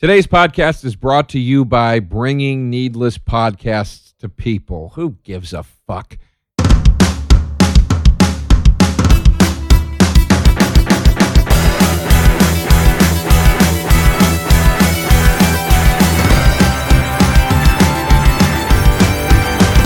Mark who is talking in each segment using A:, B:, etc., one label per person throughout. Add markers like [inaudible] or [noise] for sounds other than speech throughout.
A: Today's podcast is brought to you by bringing needless podcasts to people. Who gives a fuck?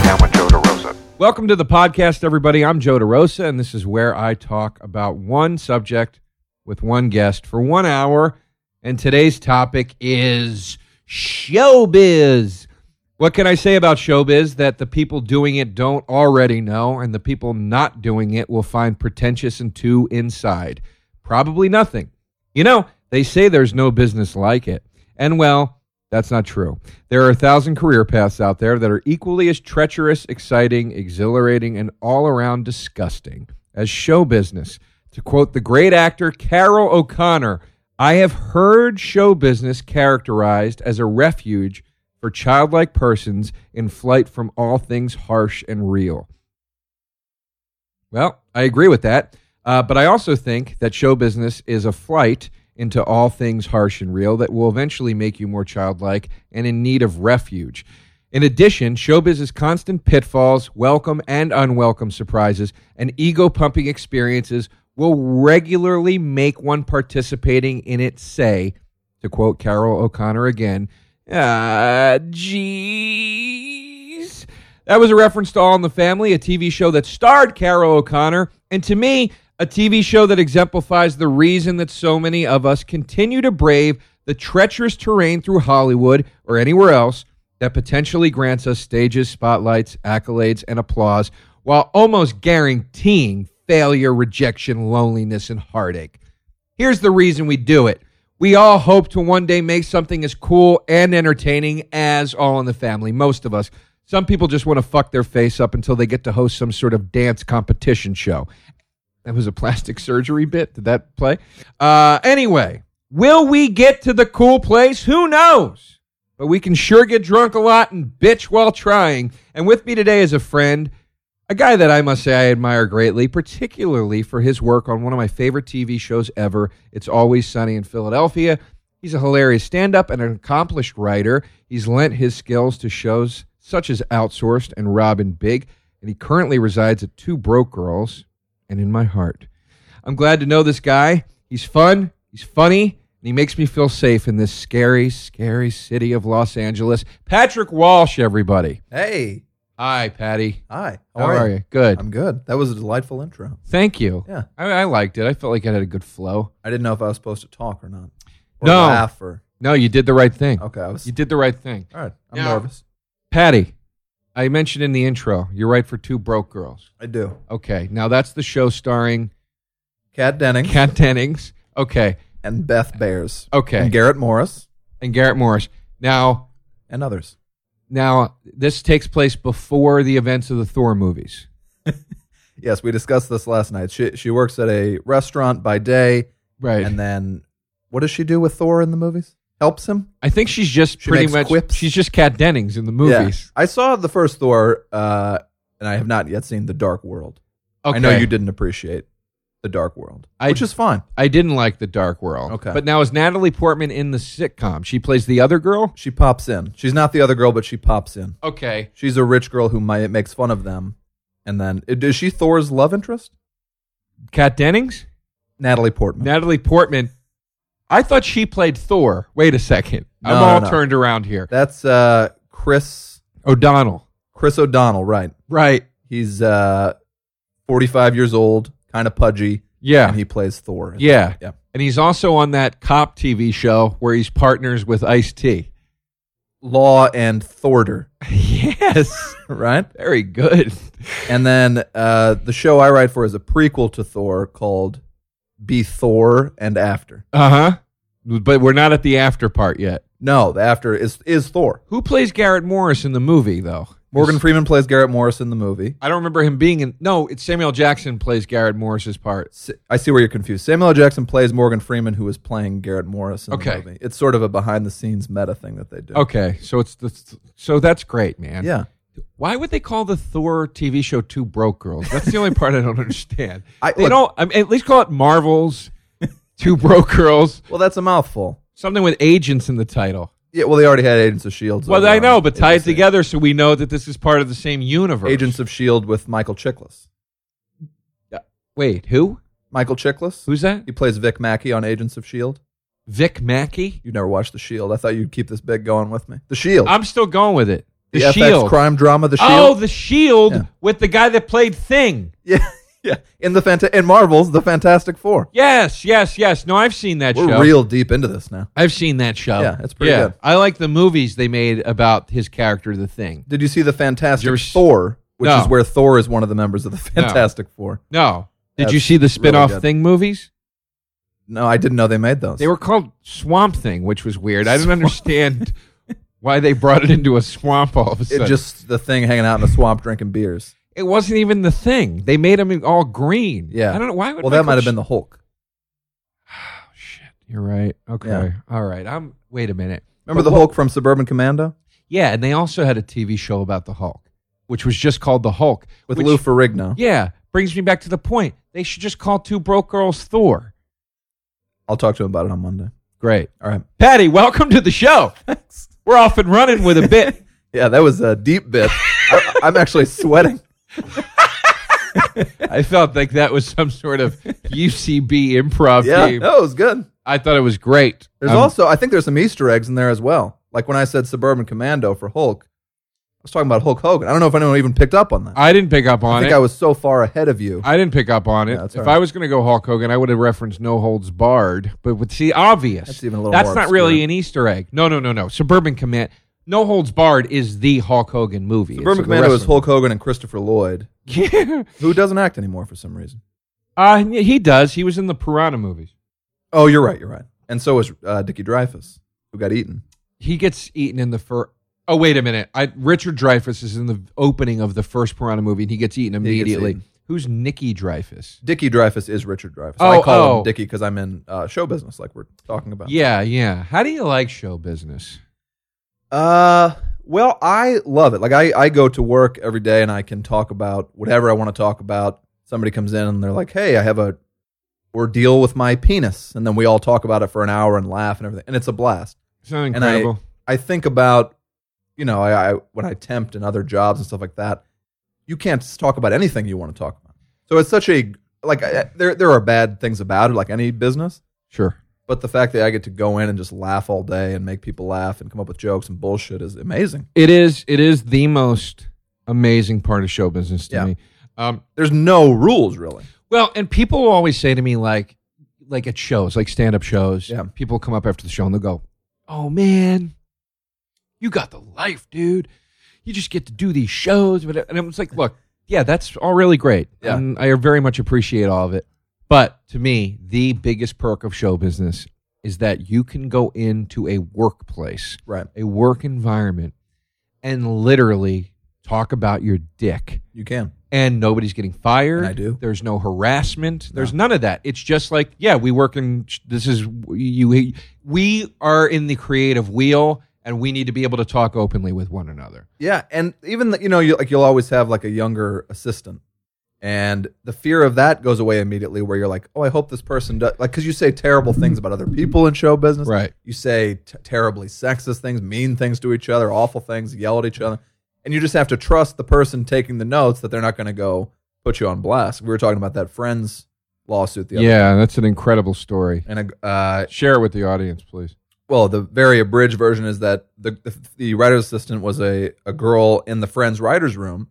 B: Now with Joe DeRosa.
A: Welcome to the podcast, everybody. I'm Joe DeRosa, and this is where I talk about one subject with one guest for one hour. And today's topic is showbiz. What can I say about showbiz that the people doing it don't already know, and the people not doing it will find pretentious and too inside? Probably nothing. You know, they say there's no business like it. And well, that's not true. There are a thousand career paths out there that are equally as treacherous, exciting, exhilarating, and all around disgusting as show business. To quote the great actor Carol O'Connor, I have heard show business characterized as a refuge for childlike persons in flight from all things harsh and real. Well, I agree with that. Uh, but I also think that show business is a flight into all things harsh and real that will eventually make you more childlike and in need of refuge. In addition, showbiz's constant pitfalls, welcome and unwelcome surprises, and ego pumping experiences will regularly make one participating in it say, to quote Carol O'Connor again, ah, jeez. That was a reference to All in the Family, a TV show that starred Carol O'Connor, and to me, a TV show that exemplifies the reason that so many of us continue to brave the treacherous terrain through Hollywood or anywhere else that potentially grants us stages, spotlights, accolades, and applause while almost guaranteeing failure, rejection, loneliness, and heartache. Here's the reason we do it. We all hope to one day make something as cool and entertaining as All in the Family, most of us. Some people just want to fuck their face up until they get to host some sort of dance competition show. That was a plastic [laughs] surgery bit. Did that play? Uh, anyway, will we get to the cool place? Who knows? But we can sure get drunk a lot and bitch while trying. And with me today is a friend, a guy that I must say I admire greatly, particularly for his work on one of my favorite TV shows ever. It's Always Sunny in Philadelphia. He's a hilarious stand up and an accomplished writer. He's lent his skills to shows such as Outsourced and Robin Big, and he currently resides at Two Broke Girls and in my heart. I'm glad to know this guy. He's fun, he's funny, and he makes me feel safe in this scary, scary city of Los Angeles. Patrick Walsh, everybody.
C: Hey,
A: Hi, Patty.
C: hi.
A: How, are, you? Good.
C: I'm good. That was a delightful intro.
A: Thank you.
C: Yeah.
A: I, I liked it. I felt like I had a good flow.
C: I didn't know if I was supposed to talk or not. Or
A: No.
C: Laugh or
A: No, you did the right thing.
C: okay. I was.
A: You did the right thing.
C: all right. I'm
A: Now-
C: nervous.
A: Patty, I mentioned in the intro, you're right for two broke girls.
C: I do.
A: Okay. Now that's the show starring
C: Kat Denning
A: Kat Dennings. Okay.
C: and Beth Bears.
A: Okay.
C: And Garrett Morris
A: And Garrett Morris. Now,
C: and others.
A: now this takes place before the events of the Thor movies.
C: Yes, we discussed this last night. She she works at a restaurant by day,
A: Right.
C: and then what does she do with Thor in the movies? Helps him.
A: I think she's just
C: She
A: pretty
C: makes
A: much
C: quips.
A: she's just Kat Dennings in the movies.
C: Yeah. I saw the first Thor, uh, and I have not yet seen the Dark World.
A: Okay.
C: I know you didn't appreciate the Dark World,
A: I-
C: which is fine.
A: I didn't like The Dark World.
C: Okay.
A: But now is Natalie Portman in the sitcom? She plays the other girl?
C: She pops in. She's not the other girl, but she pops in.
A: Okay.
C: She's a rich girl who might, makes fun of them. And then, is she Thor's love interest?
A: Kat Dennings?
C: Natalie Portman.
A: Natalie Portman. I thought she played Thor. Wait a second. I'm
C: No, no,
A: all
C: no.
A: turned around here.
C: That's uh, Chris
A: O'Donnell.
C: Chris O'Donnell, right?
A: Right.
C: He's uh, 45 years old, kind of pudgy,
A: Yeah.
C: and he plays Thor.
A: yeah.
C: Yeah.
A: And he's also on that cop TV show where he's partners with Ice
C: [laughs]
A: T.
C: Law and Thorder, [laughs]
A: yes.
C: right?
A: Very
C: [laughs]
A: good.
C: And then uh, the show I write for is a prequel to Thor called Be Thor and After.
A: Uh huh. But we're not at the after part yet.
C: No, the after is is Thor.
A: Who plays Garrett Morris in the movie, though?
C: Morgan Freeman plays Garrett Morris in the movie.
A: I don't remember him being in. No, it's Samuel Jackson plays Garrett Morris's part.
C: S- I see where you're confused. Samuel L. Jackson plays Morgan Freeman, who is playing Garrett Morris in
A: Okay.
C: the movie. It's sort of a behind the scenes meta thing that they do.
A: Okay, so it's the so that's great, man.
C: Yeah.
A: Why would they call the Thor TV show Two Broke Girls? That's the only part I don't understand.
C: [laughs] I-
A: they
C: look- [laughs]
A: don't. I mean, at least call it Marvels Two Broke Girls.
C: Well, that's a mouthful.
A: Something with agents in the title.
C: Yeah, well, they already had Agents of Shield. so
A: Well,
C: they're
A: I know,
C: on
A: but tie it
C: Agents of-
A: together so we know that this is part of the same universe.
C: E Agents of Shield E with Michael Chiklis.
A: Wait, who?
C: Michael Chiklis.
A: Who's that?
C: He plays Vic Mackey on Agents of Shield.
A: Vic Mackey?
C: You never watched The Shield. I thought you'd keep this big going with me. The Shield.
A: I'm still going with it. The,
C: FX
A: Shield.
C: crime drama. The Shield.
A: E Oh, the Shield
C: Yeah.
A: with the guy that played Thing.
C: yeah, [laughs] yeah. In the Fanta- in Marvels, the Fantastic Four.
A: Yes, yes, yes. No, I've seen that
C: We're
A: show.
C: real deep into this now.
A: I've seen that show.
C: Yeah, it's pretty good.
A: I like the movies they made about his character, The Thing.
C: Did you see the Fantastic
A: You're s-
C: Thor, which
A: No.
C: is where Thor is one of the members of the
A: No.
C: Fantastic Four?
A: No. Did
C: That's
A: you see the spin off
C: really good.
A: Thing movies?
C: No, I didn't know they made those.
A: They were called Swamp Thing, which was weird. I didn't understand why they brought it into a swamp all of a
C: it
A: sudden.
C: just the thing hanging out in the swamp drinking beers.
A: It wasn't even the thing. They made him all green.
C: Yeah.
A: I don't know why would.
C: Well, that
A: Michael
C: might have
A: Sh-
C: been the Hulk.
A: Shit, you're right. Okay,
C: Yeah.
A: all right. I'm. Wait a minute.
C: Remember
A: But
C: the
A: what-
C: Hulk from Suburban Commando
A: Yeah, and they also had a TV show about the Hulk, which was just called the Hulk.
C: with
A: which-
C: Lou Ferrigno?
A: Yeah, brings me back to the point. They should just call Two Broke Girls Thor.
C: I'll talk to him about it on Monday.
A: Great,
C: All right.
A: Patty. Welcome to the show.
C: [laughs] Thanks.
A: We're off and running with a bit.
C: Yeah, that was a
A: [laughs]
C: deep bit. I, I'm actually sweating.
A: I felt like that was some sort
C: [laughs]
A: of UCB improv
C: Yeah,
A: game.
C: no, it was good.
A: I thought it was great.
C: There's
A: Um,
C: also, I think there's some Easter eggs in there as well. Like when I said Suburban Commando for Hulk, I was talking about Hulk Hogan. I don't know if anyone even picked up on that. I,
A: I didn't pick up on it.
C: think I was so far ahead of you.
A: I didn't pick up on it.
C: Yeah, that's
A: if
C: all right.
A: I was going to go Hulk Hogan, I would have referenced No Holds Barred, but would see obvious.
C: That's even a little
A: That's
C: more
A: not
C: obscure.
A: really an Easter egg. No, no, no, no. Suburban Command. No Holds Barred is the Hulk Hogan movie.
C: Suburban
A: It's the
C: Commando is
A: wrestling-
C: Hulk Hogan and Christopher Lloyd,
A: Yeah.
C: who doesn't act anymore for some reason.
A: [laughs] Uh, he does. He was in the Piranha movies.
C: Oh, you're right. You're right. And so is uh, Dickie Dreyfus, who got eaten.
A: He gets eaten in the fir Oh wait a minute! I, Richard Dreyfuss is in the opening of the first Piranha movie, and he gets eaten
C: gets
A: immediately.
C: eaten.
A: Who's Nikki Dreyfuss?
C: Dickie Dreyfus is Richard Dreyfus.
A: Oh,
C: I call
A: oh.
C: him Dickie because I'm in uh, show business, like we're talking about.
A: Yeah, yeah. How do you like show business?
C: Uh, well, I love it. Like I, I go to work every day and I can talk about whatever I want to talk about. Somebody comes in and they're like, "Hey, I have a ordeal with my penis," and then we all talk about it for an hour and laugh and everything, and it's a blast.
A: It's not
C: I-
A: incredible.
C: I think about, you know, I, I when I tempt and other jobs and stuff like that, you can't s- talk about anything you want to talk about. So it's such a like I, I- there there are bad things about it, like any business.
A: sure.
C: But the fact that I get to go in and just laugh all day and make people laugh and come up with jokes and bullshit is amazing.
A: It is. It is the most amazing part of show business to
C: Yeah.
A: me. Um,
C: There's no rules really.
A: well, and people will always say to me like, like at shows, like stand up shows.
C: Yeah.
A: People come up after the show and they'll go, "Oh man, you got the life, dude. You just get to do these shows." whatever." And I'm just like, "Look, yeah, that's all really great.
C: Yeah.
A: And I very much appreciate all of it. But to me, the biggest perk of show business is that you can go into a workplace
C: Right.
A: a work environment and literally talk about your dick
C: You can.
A: and nobody's getting fired.
C: And I do.
A: There's no harassment. There's none of that. It's just like, yeah, we work in this is you we are in the creative wheel and we need to be able to talk openly with one another.
C: Yeah, and even the, you know, you, like you'll always have like a younger assistant, and the fear of that goes away immediately. Where you're like, oh, I hope this person does like because you say terrible things about other people in show business.
A: Right.
C: You say t- terribly sexist things, mean things to each other, awful things, yell at each other, and you just have to trust the person taking the notes that they're not going to go put you on blast. We were talking about that Friends lawsuit the other day,
A: Yeah, that's an incredible story.
C: and a, uh,
A: Share it with the audience, please.
C: well, the very abridged version is that the the, the writer's assistant was a, a girl in the friend's writer's room,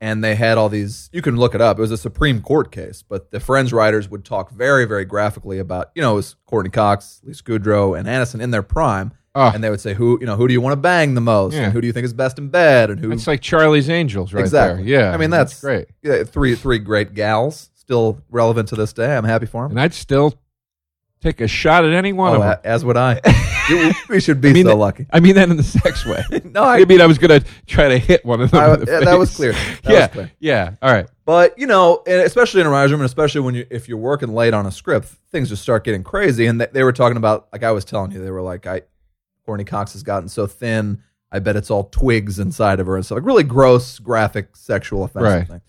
C: and they had all these. You can look it up. It was a Supreme Court case, but the friend's writers would talk very, very graphically about you know it was Courtney Cox, Lee Scudrow, and Aniston in their prime,
A: Oh,
C: and they would say who you know who do you want to bang the most,
A: Yeah.
C: and who do you think is best in bed, and who
A: it's like Charlie's Angels right
C: exactly
A: there. Yeah.
C: I mean that's,
A: great.
C: yeah, three three great gals still relevant to this day. I'm happy for them.
A: And I'd still take a shot at any one
C: Oh,
A: of them.
C: a- as would I. [laughs] You- we should be
A: mean
C: so
A: that-
C: lucky.
A: I mean that in the [laughs] sex
C: [laughs]
A: way.
C: No, I-
A: I mean I was gonna try to hit one of them. [laughs]
C: I-
A: in the
C: yeah, that was
A: face.
C: clear. That
A: yeah,
C: was clear.
A: yeah. All right.
C: But you know, and especially in a writer's room, and especially when you if you're working late on a script, things just start getting crazy. And they, they were talking about, like I was telling you, they were like, "I, Courtney Cox has gotten so thin. I bet it's all twigs inside of her and stuff, like really gross, graphic, sexual offensive
A: Right.
C: thing."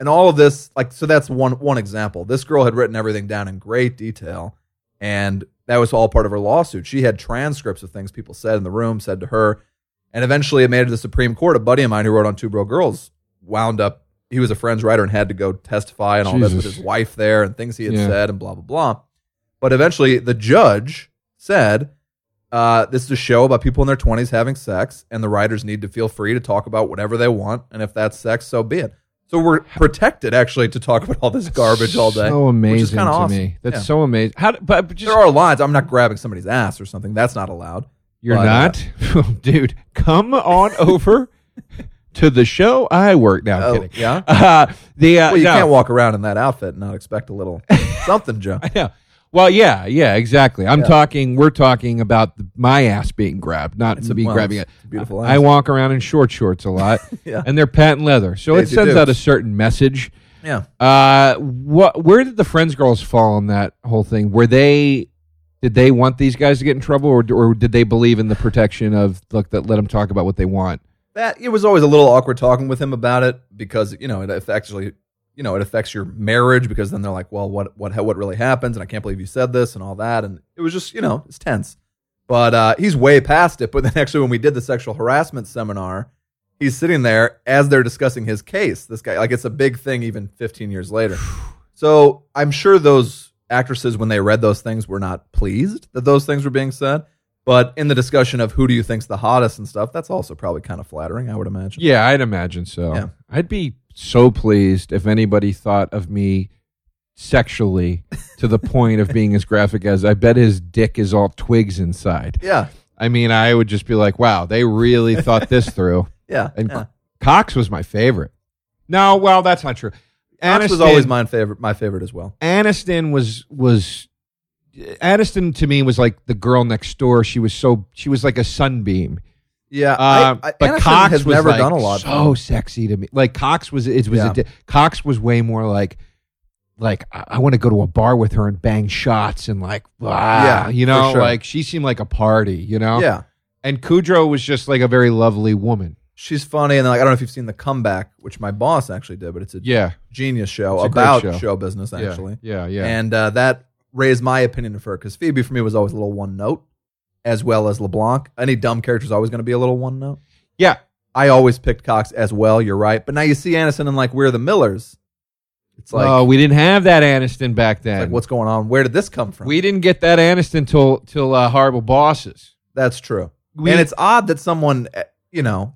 C: And all of this, like, so that's one one example. This girl had written everything down in great detail, and that was all part of her lawsuit. She had transcripts of things people said in the room, said to her, and eventually it made it to the Supreme Court. A buddy of mine who wrote on Two Bro Girls wound up. He was a friend's writer and had to go testify and all this with
A: Jesus.
C: his wife there and things he had
A: Yeah.
C: said and blah blah blah. But eventually, the judge said, uh, "This is a show about people in their twenties having sex, and the writers need to feel free to talk about whatever they want, and if that's sex, so be it." So we're protected actually to talk about all this garbage all day.
A: So
C: which is
A: amazing
C: kinda
A: to
C: awesome.
A: me. That's
C: Yeah.
A: so amazing. How? d- But, but just
C: there are lines. I'm not grabbing somebody's ass or something. That's not allowed.
A: you're
C: but,
A: not, [laughs] dude. Come
C: [laughs]
A: on over to the show I work. Now, I'm
C: Oh,
A: kidding.
C: yeah?
A: Uh, the uh,
C: [laughs] Well, you
A: no. [laughs]
C: can't walk around in that outfit and not expect a [laughs] little something, Joe.
A: Yeah. Well, yeah, yeah, exactly. I'm talking. We're talking about the, my ass being grabbed, not
C: a-
A: me
C: well,
A: grabbing it.
C: it's a beautiful
A: I, I
C: ass.
A: walk around in short shorts a lot,
C: [laughs] Yeah.
A: and they're patent leather, so
C: Yes,
A: it
C: you
A: sends
C: do.
A: out a certain message.
C: Yeah.
A: Uh, what? Where did the Friends girls fall on that whole thing? Were they? Did they want these guys to get in trouble, or, or did they believe in the protection of look that let them talk about what they want?
C: That it was always a little awkward talking with him about it because you know it actually you know it affects your marriage because then they're like, well, what what what really happens? And I can't believe you said this and all that. And it was just you know it's tense. But uh, he's way past it. [laughs] But then actually, when we did the sexual harassment seminar, he's sitting there as they're discussing his case. This guy, like, it's a big thing even 15 years later. So I'm sure those actresses, when they read those things, were not pleased that those things were being said. But in the discussion of who do you think's the hottest and stuff, that's also probably kind of flattering, I would imagine.
A: Yeah, I'd imagine so.
C: Yeah.
A: I'd be so pleased if anybody thought of me sexually to the point of being as graphic as I bet his dick is all twigs inside.
C: Yeah,
A: I mean, I would just be like, wow, they really thought this through.
C: yeah.
A: And
C: [laughs] yeah.
A: Cox was my favorite. No, well, that's not true.
C: Cox was
A: Aniston-
C: always my favorite, my favorite as well.
A: Aniston was was Aniston to me was like the girl next door. She was so she was like a sunbeam.
C: Yeah,
A: Uh,
C: I, I,
A: but
C: Aniston
A: Cox
C: has
A: was
C: never
A: like
C: done a lot.
A: so sexy to me. Like Cox was it was
C: Yeah.
A: a di- Cox was way more like like I, I want to go to a bar with her and bang shots and like ah,
C: Yeah,
A: you
C: for
A: know
C: sure.
A: like she seemed like a party you know
C: yeah,
A: and Kudrow was just like a very lovely woman
C: she's funny, and then, like I don't know if you've seen the comeback, which my boss actually did, but it's a
A: yeah
C: genius show
A: It's a great
C: about
A: show.
C: show. business
A: yeah,
C: actually.
A: yeah yeah
C: And uh, that raised my opinion of her because Phoebe for me was always a little one note, as well as LeBlanc. Any dumb character is always going to be a little one note.
A: yeah
C: I always picked Cox as well. You're right, but now you see Aniston and like we're the Millers. It's like,
A: oh we didn't have that Aniston back
C: it's
A: then
C: like, what's going on? Where did this come from?
A: we didn't get that Aniston till till uh, horrible bosses
C: That's true.
A: We-
C: and it's odd that someone eh, you know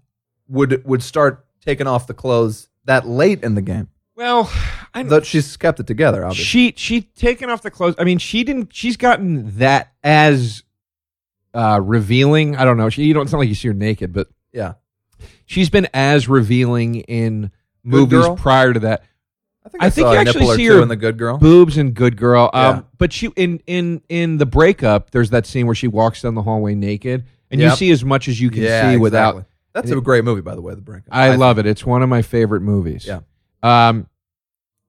C: would would start taking off the clothes that late in the game.
A: well [sighs] I
C: Though she's kept it together, obviously.
A: she she taken off the clothes. I mean, she didn't. She's gotten that as uh, revealing. I don't know. She you don't it's not like you see her naked, but
C: yeah,
A: she's been as revealing in movies
C: Girl?
A: prior to that.
C: think
A: I think
C: saw
A: you
C: a
A: actually
C: nipple or
A: see
C: two
A: her
C: in the Good Girl.
A: Boobs and Good Girl. Um,
C: Yeah.
A: but she in in in the breakup. There's that scene where she walks down the hallway naked, and you
C: Yep.
A: see as much as you can see
C: exactly.
A: without.
C: That's a great movie, by the way. The Brink.
A: I, love it. It's one of my favorite movies.
C: Yeah.
A: Um,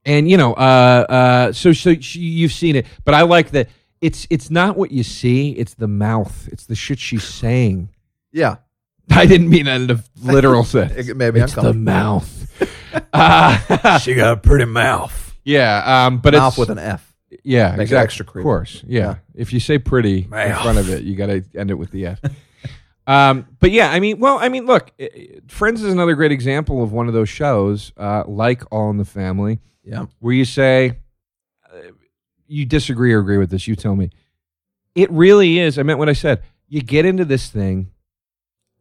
A: and you know, uh, uh, so so she, you've seen it, but I like that. It's it's not what you see. It's the mouth. It's the shit she's saying.
C: [laughs]
A: [laughs]
C: Yeah,
A: I didn't mean that in a
C: [laughs]
A: literal sense.
C: It made me
A: it's the
C: uncomfortable.
A: mouth. [laughs] Uh, [laughs]
C: she got a pretty mouth.
A: yeah, um, but
C: Mouth
A: it's
C: with an F.
A: yeah,
C: it
A: exact-
C: extra creepy.
A: Of course, yeah.
C: Yeah.
A: If you say pretty in
C: Mouth.
A: front of it, you got to end it with the F. [laughs] um, but yeah, I mean, well, I mean, look, i- i- Friends is another great example of one of those shows, uh, like All in the Family,
C: Yeah.
A: where you say, uh, you disagree or agree with this, you tell me. It really is. I meant what I said. You get into this thing,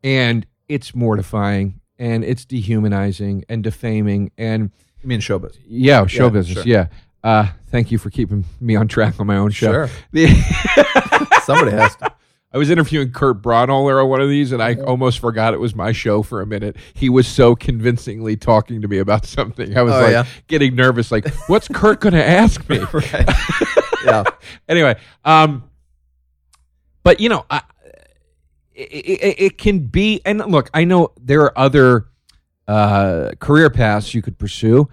A: and it's mortifying, and it's dehumanizing, and defaming, and
C: You mean showbiz?
A: yeah, show
C: Yeah,
A: business.
C: sure.
A: Yeah. Uh, thank you for keeping me on track on my own show.
C: Sure.
A: The- [laughs]
C: Somebody has to.
A: I was interviewing Kurt Braunohler on one of these, and I
C: Mm-hmm.
A: almost forgot it was my show for a minute. He was so convincingly talking to me about [laughs] something. I was
C: Oh,
A: like
C: yeah?
A: getting nervous,
C: [laughs]
A: like, what's Kurt going to ask me?
C: Right. yeah.
A: anyway, um, but you know, I, it, it, it can be. And look, I know there are other uh, career paths you could pursue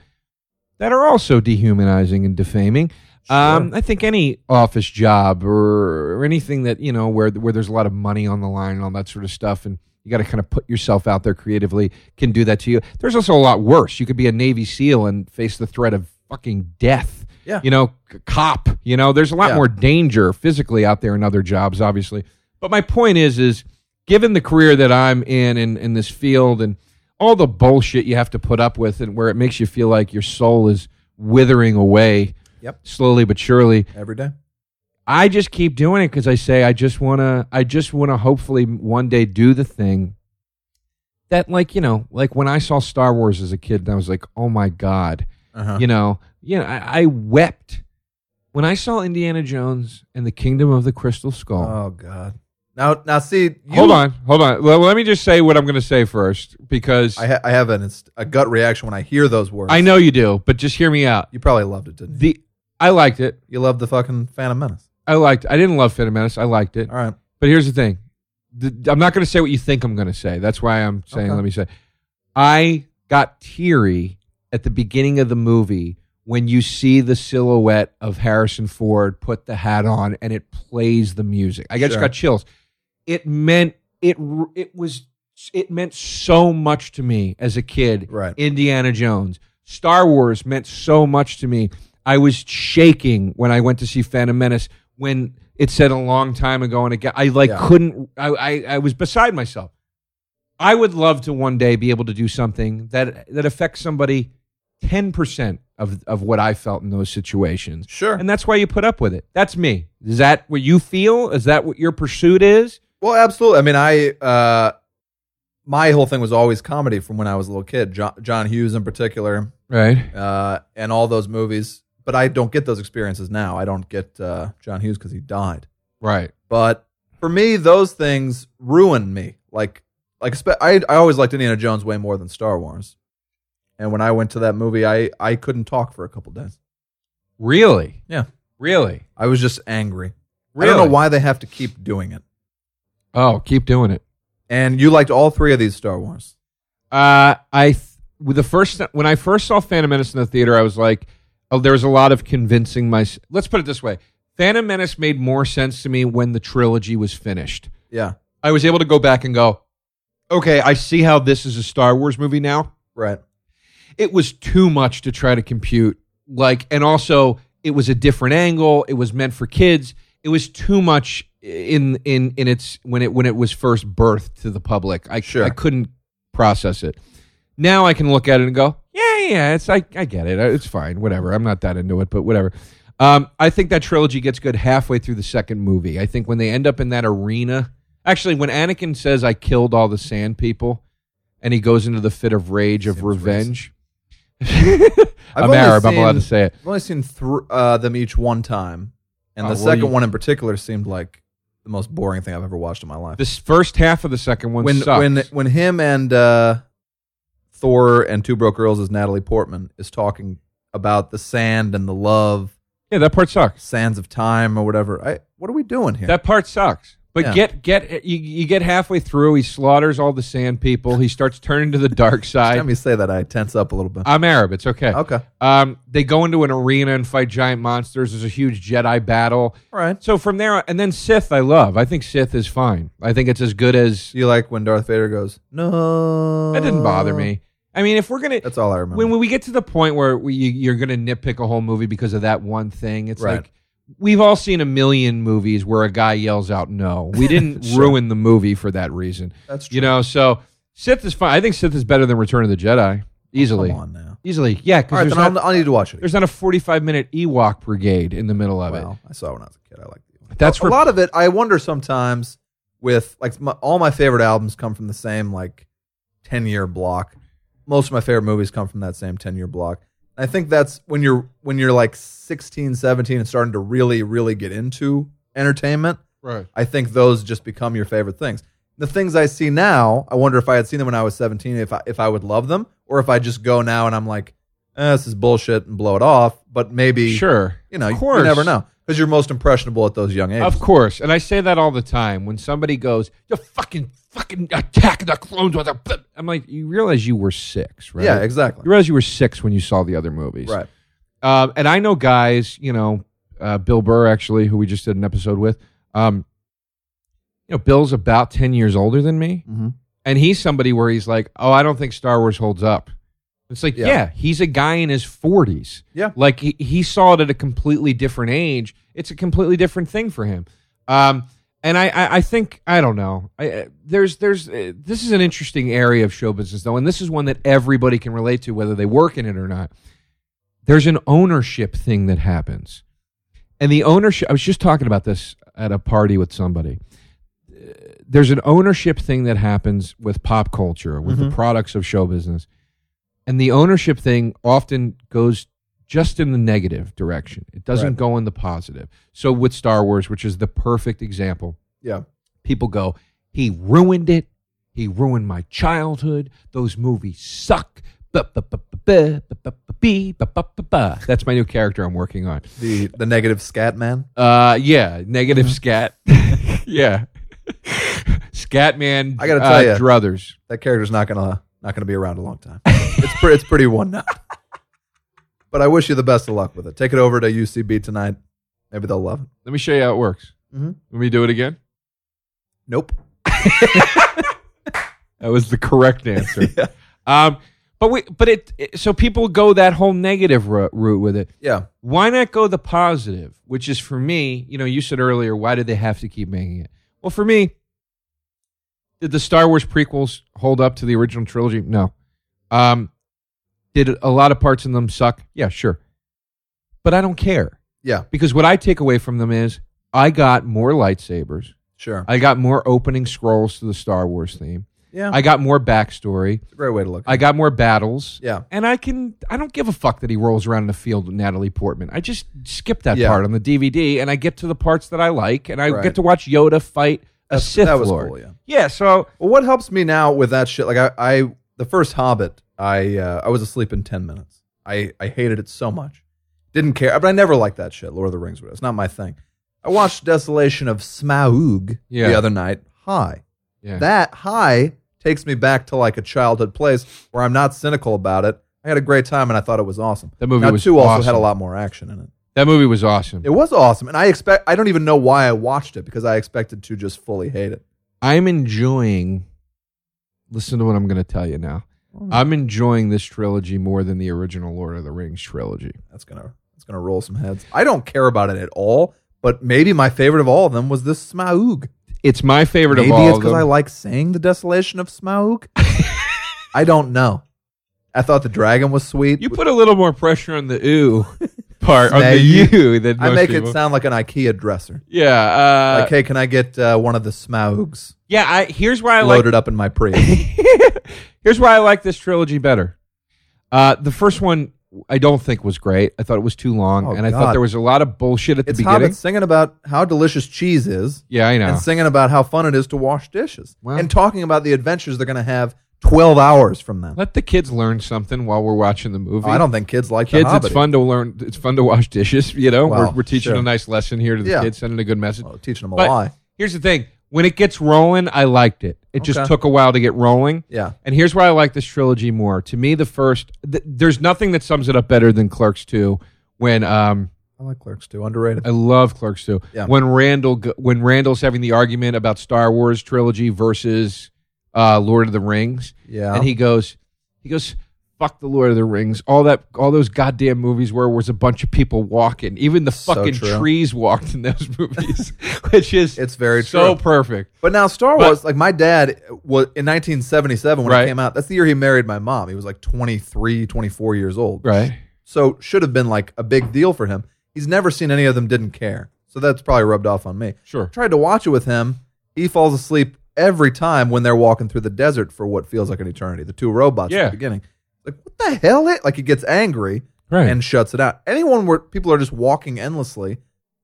A: that are also dehumanizing and defaming. Um, I think any office job or, or anything that you know where where there's a lot of money on the line and all that sort of stuff, and you got to kind of put yourself out there creatively can do that to you. There's also a lot worse. You could be a Navy SEAL and face the threat of fucking death
C: Yeah.
A: you know, c- cop. You know, there's a lot
C: Yeah.
A: more danger physically out there in other jobs, obviously. But my point is, is given the career that I'm in in, in this field and all the bullshit you have to put up with, and where it makes you feel like your soul is withering away,
C: Yep.
A: slowly but surely.
C: every day.
A: I just keep doing it because I say I just wanna, I just wanna hopefully one day do the thing that, like you know, like when I saw Star Wars as a kid, and I was like, oh my god,
C: Uh-huh.
A: you know, you know, I, I wept when I saw Indiana Jones and the Kingdom of the Crystal Skull.
C: Oh God. Now, now, see. You,
A: hold on, hold on. Well, let me just say what I'm gonna say first because
C: I,
A: I,
C: ha- I have an inst- a gut reaction when I hear those words.
A: know you do, but just hear me out.
C: you probably loved it, didn't you?
A: The I liked it.
C: You loved the fucking Phantom Menace.
A: I liked. I didn't love Phantom Menace. I liked it.
C: All right.
A: But here's the thing. The- I'm not going to say what you think I'm going to say. That's why I'm saying,
C: Okay.
A: let me say. I got teary at the beginning of the movie when you see the silhouette of Harrison Ford put the hat on and it plays the music. I just
C: Sure.
A: got chills. It meant it r- it was it meant so much to me as a kid.
C: Right.
A: Indiana Jones. Star Wars meant so much to me. I was shaking when I went to see Phantom Menace when it said a long time ago and again. I like
C: Yeah.
A: couldn't I, I I was beside myself. I would love to one day be able to do something that that affects somebody 10% of of what I felt in those situations.
C: Sure.
A: And that's why you put up with it. That's me. Is that what you feel? Is that what your pursuit is?
C: Well, absolutely. I mean, I uh, my whole thing was always comedy from when I was a little kid. John, John Hughes in particular,
A: Right.
C: uh, and all those movies. But I don't get those experiences now. I don't get uh, John Hughes because he died.
A: Right.
C: But for me, those things ruin me. Like, like spe- I, I always liked Indiana Jones way more than Star Wars. And when I went to that movie, I, I couldn't talk for a couple days.
A: Really?
C: Yeah.
A: Really?
C: I was just angry.
A: Really?
C: I don't know why they have to keep doing it.
A: Oh, keep doing it.
C: And you liked all three of these Star Wars.
A: Uh, I th- with the first when I first saw Phantom Menace in the theater, I was like, oh, there was a lot of convincing my. Let's put it this way: Phantom Menace made more sense to me when the trilogy was finished.
C: Yeah.
A: I was able to go back and go, okay, I see how this is a Star Wars movie now.
C: Right.
A: It was too much to try to compute, like, and also it was a different angle. It was meant for kids. It was too much in in in its when it when it was first birthed to the public. I
C: Sure.
A: I couldn't process it. Now I can look at it and go, yeah, yeah, it's I, I get it. It's fine. Whatever. I'm not that into it, but whatever. Um, I think that trilogy gets good halfway through the second movie. I think when they end up in that arena, actually, when Anakin says, "I killed all the Sand People," and he goes into the fit of rage of
C: Seems [laughs]
A: revenge.
C: I've
A: I'm
C: only
A: Arab. I'm allowed
C: seen-
A: to say it.
C: I've only seen thr uh, them each one time, and
A: Oh,
C: the
A: well,
C: second
A: you-
C: one in particular seemed like the most boring thing I've ever watched in my life.
A: This first half of the second one
C: when
A: sucks.
C: when when him and uh, Thor and Two Broke Girls is Natalie Portman is talking about the sand and the love,
A: yeah, that part sucks.
C: sands of time or whatever. I what are we doing here?
A: That part sucks. But
C: Yeah.
A: get get you, you get halfway through, he slaughters all the sand people. He starts turning to the dark
C: Every time
A: side.
C: you say that, I tense up a little bit.
A: I'm Arab. It's okay.
C: okay,
A: Um, they go into an arena and fight giant monsters. There's a huge Jedi battle.
C: all right.
A: So from there, and then Sith, I love. I think Sith is fine. I think it's as good as.
C: Do you like when Darth Vader goes? No,
A: That didn't bother me. I mean, if we're gonna,
C: That's all I remember.
A: when we get to the point where we, you, you're going to nitpick a whole movie because of that one thing, it's
C: Right.
A: like we've all seen a million movies where a guy yells out no. We didn't
C: [laughs] Sure.
A: ruin the movie for that reason.
C: That's true.
A: You know, so Sith is fine. I think Sith is better than Return of the Jedi easily.
C: Oh, Come on now.
A: Easily. Yeah, cuz
C: All right,
A: there's,
C: then I'll,
A: not-
C: I'll need to watch it.
A: there's not a 45 minute Ewok brigade in the middle of
C: Well, I saw it when I was a kid. I like
A: it. That's
C: a
A: where
C: lot of it. I wonder sometimes with like my, all my favorite albums come from the same like ten year block. Most of my favorite movies come from that same ten year block. And I think that's when you're when you're like 16, 17 and starting to really really get into entertainment.
A: right.
C: I think those just become your favorite things. The things I see now, I wonder if I had seen them when I was 17, if I, if I would love them, or if I just go now and I'm like, eh, this is bullshit and blow it off. But maybe
A: Sure.
C: you know,
A: Of
C: you-
A: course.
C: you never know because you're most impressionable at those young ages.
A: Of course, and I say that all the time. When somebody goes, "You fucking fucking attack the clones with a," bl-" I'm like, you realize you were six, right?
C: Yeah, exactly.
A: You realize you were six when you saw the other movies,
C: Right.
A: Um, and I know guys, you know, uh, Bill Burr actually, who we just did an episode with. Um, you know, Bill's about ten years older than me,
C: Mhm.
A: and he's somebody where he's like, "Oh, I don't think Star Wars holds up," It's like, yeah.
C: Yeah.
A: he's a guy in his 40s.
C: Yeah.
A: Like he, he saw it at a completely different age. It's a completely different thing for him. Um, and I, I, I think, I don't know. I, uh, there's, there's, uh, this is an interesting area of show business, though. And this is one that everybody can relate to, whether they work in it or not. There's an ownership thing that happens. And the ownership, I was just talking about this at a party with somebody. Uh, There's an ownership thing that happens with pop culture, with the products of show business and the ownership thing often goes just in the negative direction. It doesn't
C: Right.
A: go in the positive. So with Star Wars, which is the perfect example,
C: Yeah.
A: people go, "He ruined it. He ruined my childhood. Those movies suck." Ba, ba, ba, ba, ba, ba, ba, ba, bee, ba, ba, ba, ba. That's my new character I'm working on.
C: The the negative scat man.
A: Uh, yeah,
C: Mm-hmm.
A: negative scat.
C: [laughs]
A: yeah, Scatman.
C: I gotta
A: uh,
C: tell ya.
A: Druthers.
C: That character's not gonna not gonna be around a long time. It's pre- it's pretty one note. [laughs] But I wish you the best of luck with it. Take it over to UCB tonight. Maybe they'll love it.
A: Let me show you how it works.
C: Mhm.
A: Let me do it again.
C: Nope.
A: That was the correct
C: [laughs]
A: answer. Um, but we, but it, it- so people go that whole negative ro- route with it.
C: Yeah.
A: Why not go the positive, which is for me, you know, you said earlier, why did they have to keep making it? Well, for me, did the Star Wars prequels hold up to the original trilogy? No. Um, did a lot of parts in them suck? Yeah, sure. But I don't care
C: Yeah.
A: because what I take away from them is I got more lightsabers.
C: Sure.
A: I got more opening scrolls to the Star Wars theme.
C: yeah.
A: I got more backstory.
C: it's a great way to look. At
A: I got more battles.
C: it. Yeah.
A: And I can I don't give a fuck that he rolls around in the field with Natalie Portman. I just skip that
C: Yeah.
A: part on the DVD and I get to the parts that I like and I
C: Right.
A: get to watch Yoda fight a
C: That's-
A: Sith
C: that was
A: Lord.
C: cool, yeah.
A: so
C: Well, what helps me now with that shit? Like I, I the first Hobbit, I uh, I was asleep in ten minutes. I I hated it so much. Didn't care, but I never liked that shit. Lord of the Rings, it's not my thing. I watched Desolation of Smaug
A: Yeah.
C: the other night. High.
A: yeah.
C: That high takes me back to like a childhood place where I'm not cynical about it. I had a great time and I thought it was awesome.
A: That movie
C: now,
A: was
C: two also
A: awesome.
C: had a lot more action in it.
A: that movie was awesome.
C: It was awesome, and I expect I don't even know why I watched it because I expected to just fully hate it.
A: I'm enjoying listen to what I'm gonna tell you now.
C: Hmm.
A: I'm enjoying this trilogy more than the original Lord of the Rings trilogy.
C: That's gonna that's gonna roll some heads. I don't care about it at all. But maybe my favorite of all of them was this Smaug.
A: It's my favorite
C: Maybe
A: of all
C: it's
A: of
C: because
A: them.
C: I like saying the desolation of Smaug. I don't know. I thought the dragon was sweet.
A: you put a little more pressure on the ooh
C: [laughs]
A: part on the
C: Snag.
A: you than
C: I
A: most
C: make
A: people.
C: it sound like an IKEA dresser.
A: yeah, uh,
C: like, hey, can I get uh, one of the Smaugs
A: yeah. I, here's why I like
C: loaded up in
A: [laughs]
C: my Prius?
A: Here's why I like this trilogy better. Uh, the first one I don't think was great. I thought it was too long,
C: Oh,
A: and I thought
C: God.
A: there was a lot of bullshit at the
C: It's
A: beginning.
C: Hobbit singing about how delicious cheese is
A: Yeah, I know.
C: and singing about how fun it is to wash dishes
A: Well-
C: and talking about the adventures they're going to have 12 hours from then.
A: Let the kids learn something while we're watching the movie.
C: Oh, I don't think kids like the
A: kids. It's
C: Hobbit.
A: fun to learn. It's fun to wash dishes. [laughs] You know,
C: Well,
A: we're, we're teaching
C: sure.
A: a nice lesson here to the
C: Yeah.
A: kids, sending a good message.
C: Well, Oh, teaching them a
A: But-
C: lie.
A: Here's the thing: when it gets rolling, I liked it. It just
C: Okay.
A: took a while to get rolling.
C: Yeah.
A: And here's why I like this trilogy more. To me, the first, th- there's nothing that sums it up better than Clerks 2 when um,
C: I like Clerks too. Underrated.
A: I love Clerks too.
C: Yeah.
A: When Randall, go- when Randall's having the argument about Star Wars trilogy versus uh, Lord of the Rings,
C: yeah.
A: and he goes, he goes, "Fuck the Lord of the Rings! All that, all those goddamn movies where was a bunch of people walking. Even the
C: So
A: fucking
C: true.
A: trees walked in those [laughs] movies, which is
C: it's very
A: so
C: true.
A: perfect.
C: But now Star
A: But-
C: Wars, like my dad was in 1977 when
A: Right.
C: it came out. That's the year he married my mom. He was like 23, 24 years old.
A: Right?
C: So should have been like a big deal for him. He's never seen any of them. Didn't care. So that's probably rubbed off on me.
A: Sure.
C: Tried to watch it with him. He falls asleep every time when they're walking through the desert for what feels like an eternity. The two robots
A: Yeah.
C: at the beginning. Like what the hell? It like he gets angry
A: Right.
C: and shuts it out. Anyone where people are just walking endlessly,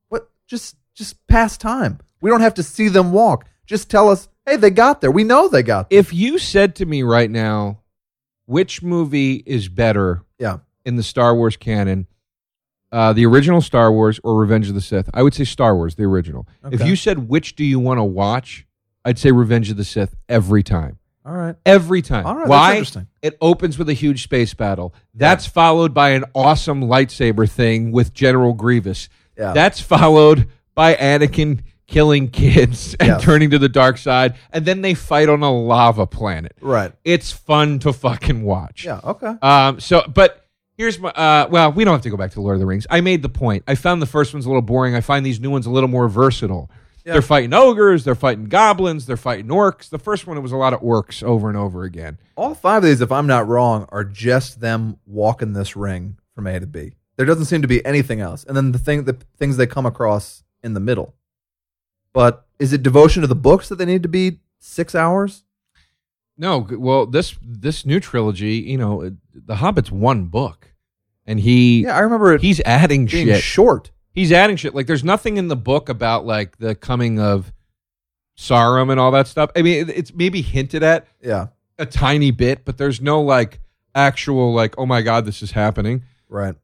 C: what just just pass time. We don't have to see them walk. Just tell us, hey, they got there. We know they got there.
A: if you said to me right now, which movie is better
C: yeah.
A: in the Star Wars canon, uh, the original Star Wars or Revenge of the Sith? I would say Star Wars, the original. If
C: Okay.
A: you said which do you want to watch, I'd say Revenge of the Sith every time.
C: All right.
A: Every time.
C: All right, that's
A: Why?
C: interesting.
A: It opens with a huge space battle. That's followed by an awesome lightsaber thing with General Grievous.
C: Yeah.
A: That's followed by Anakin killing kids [laughs] and
C: Yes.
A: turning to the dark side, and then they fight on a lava planet.
C: Right.
A: It's fun to fucking watch.
C: Yeah. Okay.
A: Um, so, but here's my. Uh, well, we don't have to go back to Lord of the Rings. I made the point. I found the first one's a little boring. I find these new ones a little more versatile.
C: Yeah.
A: They're fighting ogres. They're fighting goblins. They're fighting orcs. The first one it was a lot of orcs over and over again.
C: All five of these, if I'm not wrong, are just them walking this ring from A to B. There doesn't seem to be anything else. And then the thing, the things they come across in the middle. But is it devotion to the books that they need to be six hours?
A: No, g- well, this this new trilogy, you know, it- the Hobbit's one book, and he
C: Yeah, I remember it
A: he's adding
C: being
A: shit.
C: short.
A: he's adding shit. Like, there's nothing in the book about like the coming of Sauron and all that stuff. I mean, it- it's maybe hinted at,
C: Yeah.
A: a tiny bit, but there's no like actual like, oh my god, this is happening.
C: Right.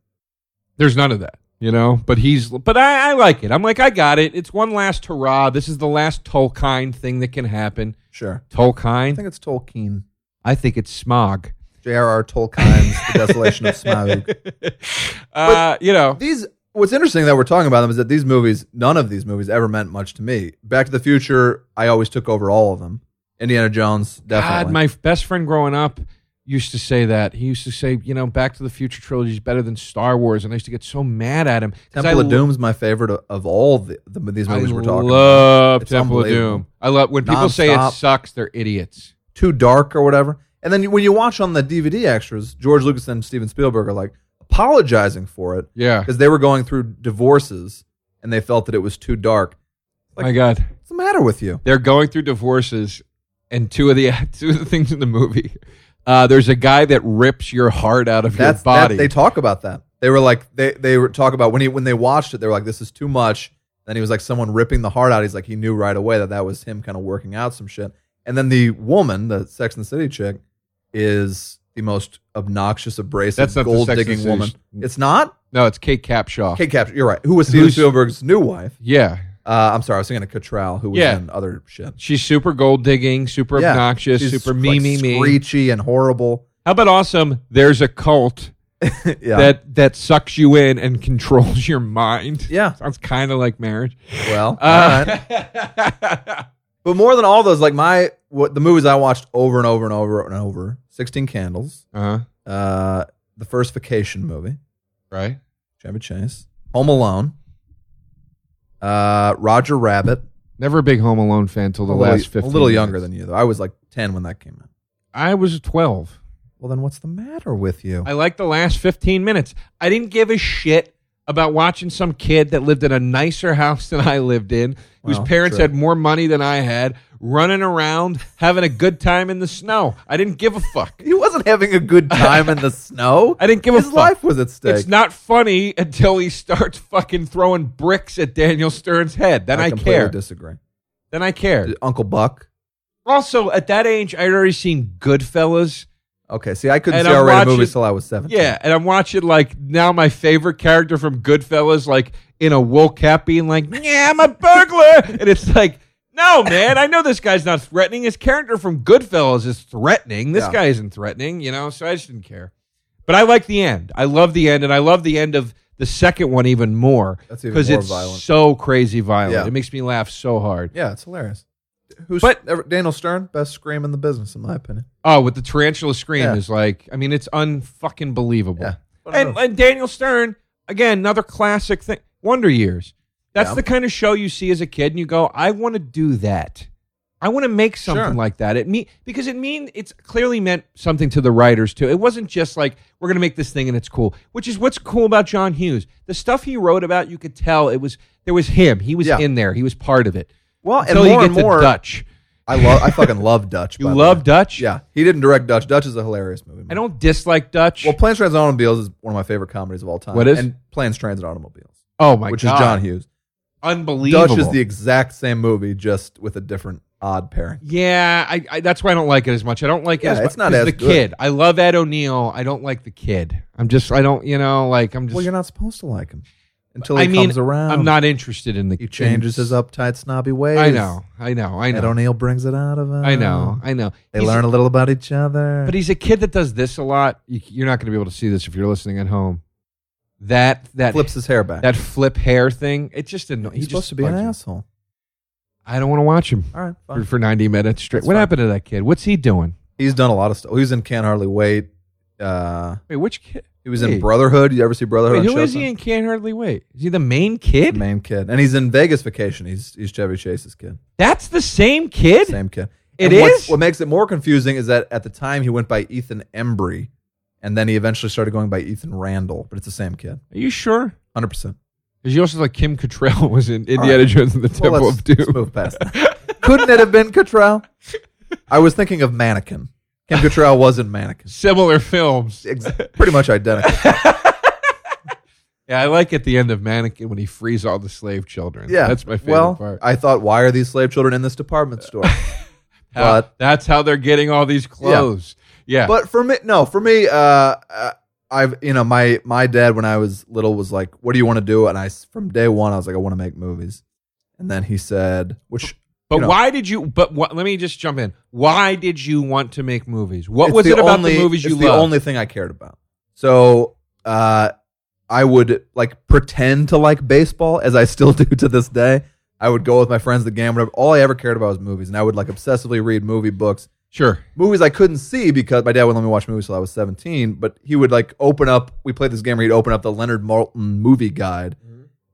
A: There's none of that, you know. But he's, but I, I like it. I'm like, I got it. It's one last hurrah. This is the last Tolkien thing that can happen.
C: Sure. I
A: Tolkien.
C: think it's Tolkien.
A: I think it's smog.
C: J.R.R. Tolkien's The Desolation of Smaug.
A: [laughs] uh, you know,
C: These what's interesting that we're talking about them is that these movies, none of these movies ever meant much to me. Back to the Future, I always took over all of them. Indiana Jones, definitely.
A: God, my f- best friend growing up used to say that. He used to say, you know, Back to the Future trilogy is better than Star Wars, and I used to get so mad at him. 'cause
C: Temple
A: I
C: of Doom's my favorite of, of all the, the these movies
A: I
C: we're talking about.
A: love
C: It's
A: Temple of
C: unbelievable.
A: Doom. I love when people say it
C: Nonstop.
A: sucks, they're idiots.
C: Too dark or whatever. And then when you watch on the DVD extras, George Lucas and Steven Spielberg are like apologizing for it
A: Yeah.
C: because they were going through divorces and they felt that it was too dark. like-
A: My God.
C: What's the matter with you?
A: They're going through divorces and two of the [laughs] two of the things in the movie. Uh, there's a guy that rips your heart out of
C: That's
A: your body.
C: That, they talk about that. They were like they they were talk about when he when they watched it. They were like, "This is too much." Then he was like, "Someone ripping the heart out." He's like, he knew right away that that was him kind of working out some shit. And then the woman, the Sex and the City chick, is the most obnoxious, abrasive,
A: That's not the
C: gold
A: Sex and the
C: digging
A: City
C: woman.
A: sh-
C: It's not
A: no, it's Kate Capshaw.
C: Kate Capture. You're right. Who was Steven
A: Who's-
C: Spielberg's new wife?
A: Yeah.
C: Uh, I'm sorry, I was thinking of Cattrall, who was
A: Yeah.
C: in other shit.
A: She's super gold digging, super
C: Yeah.
A: obnoxious,
C: She's,
A: super me,
C: like,
A: me, me.
C: screechy
A: [laughs]
C: and horrible.
A: How about awesome? There's a cult
C: yeah,
A: that that sucks you in and [laughs] controls your mind.
C: yeah.
A: Sounds kind of like marriage.
C: Well, all right.
A: Uh,
C: [laughs] But more than all those, like my what the movies I watched over and over and over and over. Sixteen Candles,
A: uh,
C: uh, the first Vacation movie,
A: right?
C: Chevy Chase, Home Alone, uh, Roger Rabbit.
A: Never a big Home Alone fan till the
C: a little-
A: last
C: a
A: fifteen.
C: little younger
A: minutes.
C: than you though. I was like ten when that came out.
A: I was twelve.
C: Well, then what's the matter with you?
A: I liked the last 15 minutes. I didn't give a shit about watching some kid that lived in a nicer house than I lived in, whose
C: Well,
A: parents
C: true.
A: had more money than I had, running around having a good time in the snow. I didn't give a fuck.
C: he wasn't having a good time
A: [laughs]
C: in the snow.
A: I didn't give
C: His
A: a fuck.
C: life was at stake.
A: It's not funny until he starts fucking throwing bricks at Daniel Stern's head. Then I,
C: completely
A: care.
C: Disagree.
A: then I care.
C: Uncle Buck.
A: Also, at that age, I'd already seen Goodfellas.
C: Okay, see, I couldn't
A: And
C: see
A: I'm
C: R-rated
A: watching-
C: movies till I was seventeen.
A: Yeah, and I'm watching like now my favorite character from Goodfellas, like in a wool cap, being like, "Yeah, I'm a burglar," [laughs] and it's like, "No, man, I know this guy's not threatening. His character from Goodfellas is threatening. This
C: Yeah.
A: guy isn't threatening, you know." So I just didn't care. But I like the end. I love the end, and I love the end of the second one even more
C: That's even more
A: it's
C: violent.
A: so crazy violent.
C: Yeah.
A: It makes me laugh so hard.
C: Yeah, it's hilarious. Who's
A: But-
C: ever- Daniel Stern? Best scream in the business, in my opinion.
A: Oh, with the tarantula scream
C: Yeah.
A: is like, I mean, it's unfucking believable.
C: Yeah.
A: And, and Daniel Stern, again, another classic thing. Wonder Years. That's
C: Yeah.
A: the kind of show you see as a kid, and you go, "I want to do that. I want to make something
C: Sure.
A: like that." It me because it mean it's clearly meant something to the writers too. It wasn't just like we're going to make this thing and it's cool, which is what's cool about John Hughes. The stuff he wrote about, you could tell it was there was him. He was
C: Yeah.
A: in there. He was part of it.
C: Well,
A: Until
C: and more
A: you
C: and
A: get
C: more,
A: to Dutch.
C: I love. I fucking love Dutch.
A: You
C: by the
A: love
C: way.
A: Dutch.
C: Yeah, he didn't direct Dutch. Dutch is a hilarious movie.
A: I don't dislike Dutch.
C: Well, Planes, Trains, and Automobiles is one of my favorite comedies of all time.
A: What is?
C: And Planes, Trains, and Automobiles,
A: oh my
C: which
A: god,
C: is John Hughes.
A: unbelievable.
C: Dutch is the exact same movie, just with a different odd pairing.
A: Yeah, I, I that's why I don't like it as much. I don't like it
C: Yeah,
A: as much.
C: it's not
A: 'cause
C: as
A: the
C: good.
A: kid. I love Ed O'Neill. I don't like the kid. I'm just I don't you know like I'm just
C: Well, you're not supposed to like him until he
A: I mean
C: comes around.
A: I'm not interested in the
C: He changes his uptight, snobby ways.
A: I know. I know. I
C: Ed
A: know.
C: O'Neill brings it out of him.
A: I know. I know.
C: They
A: He's-
C: learn a little about each other.
A: But he's a kid that does this a lot. You, you're not going to be able to see this if you're listening at home. That that
C: flips his hair back.
A: that flip hair thing. It just annoys.
C: He's supposed to be an asshole.
A: I don't want to watch him
C: All right,
A: for,
C: fine.
A: for 90 minutes straight.
C: That's
A: what
C: fine.
A: happened to that kid? What's he doing?
C: He's done a lot of stuff. He was in Can't Hardly Wait. Uh,
A: Wait, which kid?
C: he was
A: Hey.
C: in Brotherhood. You ever see Brotherhood?
A: Wait,
C: on
A: who is
C: Showtime?
A: he in Can't Hardly Wait? Is he the main kid?
C: The main kid, and he's in Vegas Vacation. He's he's Chevy Chase's kid.
A: That's the same kid?
C: Same kid.
A: It
C: And what's-
A: is?
C: What makes it more confusing is that at the time he went by Ethan Embry, and then he eventually started going by Ethan Randall. But it's the same kid,
A: Are you sure?
C: hundred percent.
A: Because you also like Kim Cattrall [laughs] was in Indiana Jones and the Temple
C: Well,
A: of
C: let's,
A: Doom.
C: let's move past. That. Couldn't it have been Cottrell? I was thinking of Mannequin. Kim Cottrell was in Mannequin.
A: Similar films.
C: Ex- pretty much identical.
A: Yeah, I like at the end of Mannequin when he frees all the slave children.
C: Yeah,
A: that's my favorite
C: well,
A: part.
C: I thought, why are these slave children in this
A: [laughs]
C: department store?
A: How-
C: but-
A: that's how they're getting all these clothes. Yeah,
C: but for me, no, for me, uh, uh, I've you know my my dad when I was little was like, "What do you want to do?" And I s- from day one I was like, "I want to make movies." And then he said, "Which
A: But
C: you know.
A: why did you? But what, let me just jump in. Why did you want to make movies? What
C: it's
A: was
C: the
A: it about
C: only-
A: the movies you
C: it's the
A: loved?
C: only thing I cared about. So uh, I would like pretend to like baseball as I still [laughs] do to this day. I would go with my friends to the game. Whatever. All I ever cared about was movies, and I would like obsessively read movie books.
A: sure.
C: movies I couldn't see because my dad wouldn't let me watch movies till I was 17. But he would like open up. We played this game where he'd open up the Leonard Maltin movie guide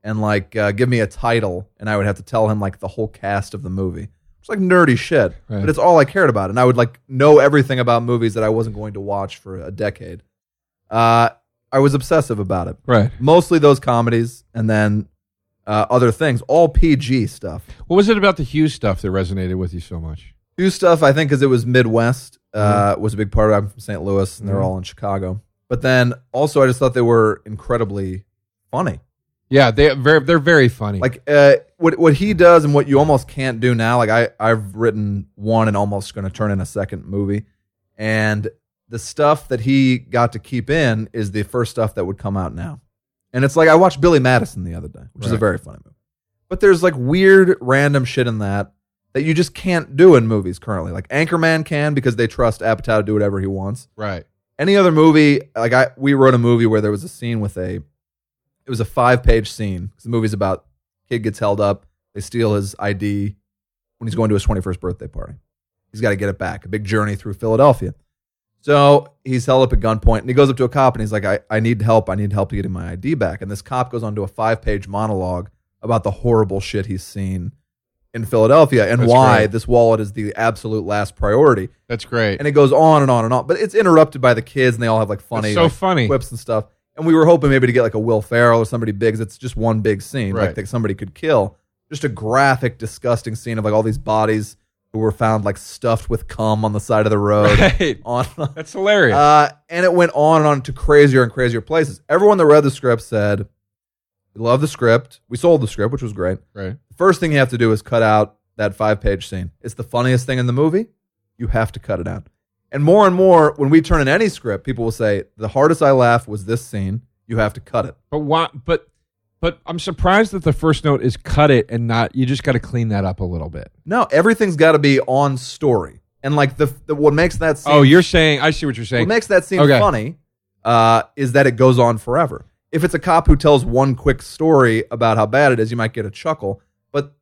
C: and like uh, give me a title, and I would have to tell him like the whole cast of the movie. It's like nerdy shit,
A: Right.
C: but it's all I cared about, and I would like know everything about movies that I wasn't going to watch for a decade. Uh, I was obsessive about it.
A: Right.
C: Mostly those comedies, and then uh, other things, all PG stuff.
A: What was it about the Hughes stuff that resonated with you so much?
C: Hughes stuff, I think, because it was Midwest, uh, was a big part of it. I'm from St. Louis, and they're all in Chicago. But then also, I just thought they were incredibly funny.
A: Yeah, they very they're very funny.
C: Like uh, what what he does, and what you almost can't do now. Like I I've written one and almost going to turn in a second movie, and the stuff that he got to keep in is the first stuff that would come out now. And it's like I watched Billy Madison the other day, which is a
A: Right.
C: very funny movie. But there's like weird random shit in that that you just can't do in movies currently. Like Anchorman can because they trust Apatow to do whatever he wants.
A: right.
C: Any other movie, like I we wrote a movie where there was a scene with a it was a five page scene. 'Cause The movie's about kid gets held up, they steal his ID when he's going to his twenty first birthday party. He's got to get it back. A big journey through Philadelphia. So he's held up at gunpoint and he goes up to a cop and he's like, I, I need help. I need help to get my ID back. And this cop goes on to a five page monologue about the horrible shit he's seen in Philadelphia and
A: That's
C: why
A: great.
C: this wallet is the absolute last priority.
A: That's great.
C: And it goes on and on and on. But it's interrupted by the kids and they all have like funny
A: It's so
C: like,
A: funny. [laughs]
C: whips and stuff. And we were hoping maybe to get like a Will Ferrell or somebody big. 'cause It's just one big scene,
A: Right.
C: like that somebody could kill. Just a graphic, disgusting scene of like all these bodies who were found like stuffed with cum on the side of the road.
A: Right.
C: [laughs] On,
A: [laughs] That's hilarious.
C: uh, and it went on and on to crazier and crazier places. Everyone that read the script said, "We love the script. We sold the script, which was great."
A: right.
C: First thing you have to do is cut out that five-page scene. It's the funniest thing in the movie. You have to cut it out. And more and more, when we turn in any script, people will say, "The hardest I laughed was this scene. You have to cut it."
A: But why? But but I'm surprised that the first note is cut it and not. You just got to clean that up a little bit.
C: No, everything's got to be on story. And like the, the what makes that scene
A: Oh, you're saying I see what you're saying.
C: What makes that scene
A: Okay.
C: funny uh, is that it goes on forever. If it's a cop who tells one quick story about how bad it is, you might get a chuckle. But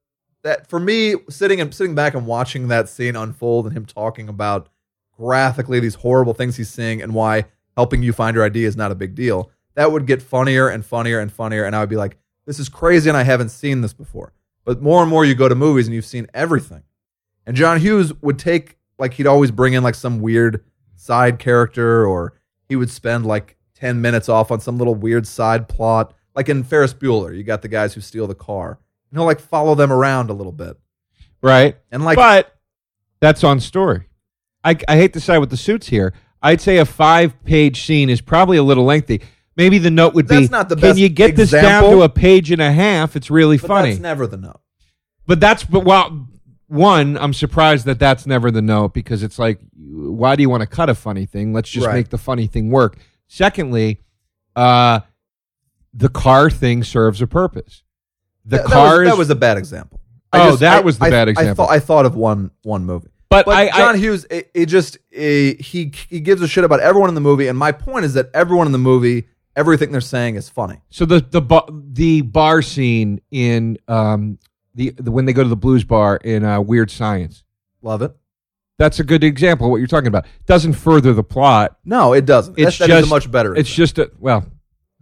C: that for me, sitting and sitting back and watching that scene unfold and him talking about graphically these horrible things he's seeing and why helping you find your ID is not a big deal, that would get funnier and funnier and funnier. And I would be like, this is crazy and I haven't seen this before. But more and more you go to movies and you've seen everything. And John Hughes would take like he'd always bring in like some weird side character or he would spend like 10 minutes off on some little weird side plot. Like in Ferris Bueller, you got the guys who steal the car. And he'll like follow them around a little bit.
A: right.
C: And like
A: but that's on story. I, I hate to side with the suits here. I'd say a five-page scene is probably a little lengthy. Maybe the note would be,
C: That's not the
A: "Can
C: best
A: you get this down
C: example."
A: to a page and a half? It's really
C: but
A: funny."
C: that's never the note.
A: but that's but well, one, I'm surprised that that's never the note because it's like, why do you want to cut a funny thing? Let's just
C: Right.
A: make the funny thing work. Secondly, uh, the car thing serves a purpose. The
C: That- that was-
A: car is
C: that was a bad example.
A: Oh, that was the
C: I-
A: bad
C: I
A: example.
C: thought- I thought of one one movie.
A: But
C: but
A: I- I-
C: John Hughes, it, it just it, he he gives a shit about everyone in the movie. And my point is that everyone in the movie, everything they're saying is funny.
A: So the the ba- the bar scene in um, the, the when they go to the blues bar in uh, Weird Science.
C: Love it.
A: That's a good example of what you're talking about. Doesn't further the plot.
C: No, it doesn't.
A: It's
C: That's that is a
A: just-
C: much better.
A: It's just a well.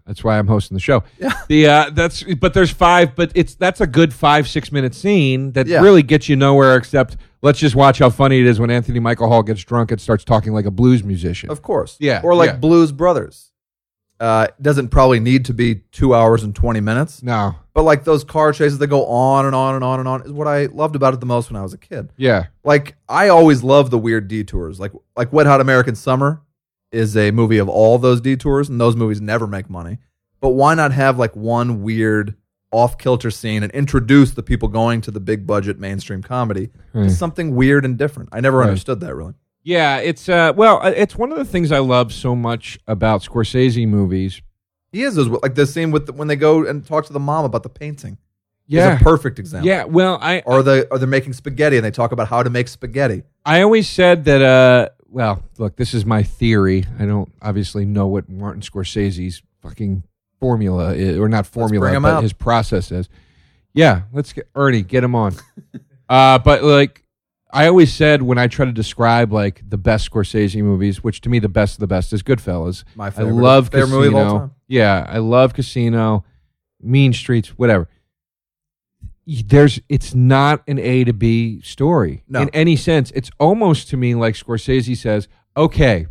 A: That's why I'm hosting the show.
C: Yeah.
A: The uh, that's but there's five, but it's that's a good five six minute scene that
C: Yeah.
A: really gets you nowhere except let's just watch how funny it is when Anthony Michael Hall gets drunk and starts talking like a blues musician.
C: Of course.
A: Yeah,
C: Or like
A: yeah.
C: Blues Brothers. Uh, doesn't probably need to be two hours and 20 minutes,
A: no,
C: but like those car chases that go on and on and on and on is what I loved about it the most when I was a kid.
A: yeah,
C: Like, I always love the weird detours. Like, like Wet Hot American Summer is a movie of all those detours, and those movies never make money. But why not have like one weird off kilter scene and introduce the people going to the big budget mainstream comedy
A: Hmm.
C: to something weird and different? I never
A: Right.
C: understood that really.
A: yeah. It's uh, well, uh, it's one of the things I love so much about Scorsese movies.
C: He is those like the scene with the, when they go and talk to the mom about the painting.
A: Yeah,
C: is a perfect example.
A: yeah. Well, I
C: Or they or they're making spaghetti and they talk about how to make spaghetti.
A: I always said that. Uh, well, look, this is my theory. I don't obviously know what Martin Scorsese's fucking formula is, or not formula,
C: bring him
A: but
C: up.
A: his process is. Yeah, let's get Ernie. Get him
C: [laughs]
A: on. uh, but like, I always said when I try to describe like the best Scorsese movies, which to me the best of the best is Goodfellas.
C: My
A: I
C: favorite,
A: love
C: favorite
A: Casino.
C: movie of all time.
A: Yeah, I love Casino, Mean Streets, whatever. Y- There's, it's not an A to B story
C: No.
A: in any sense. It's almost to me like Scorsese says, "Okay,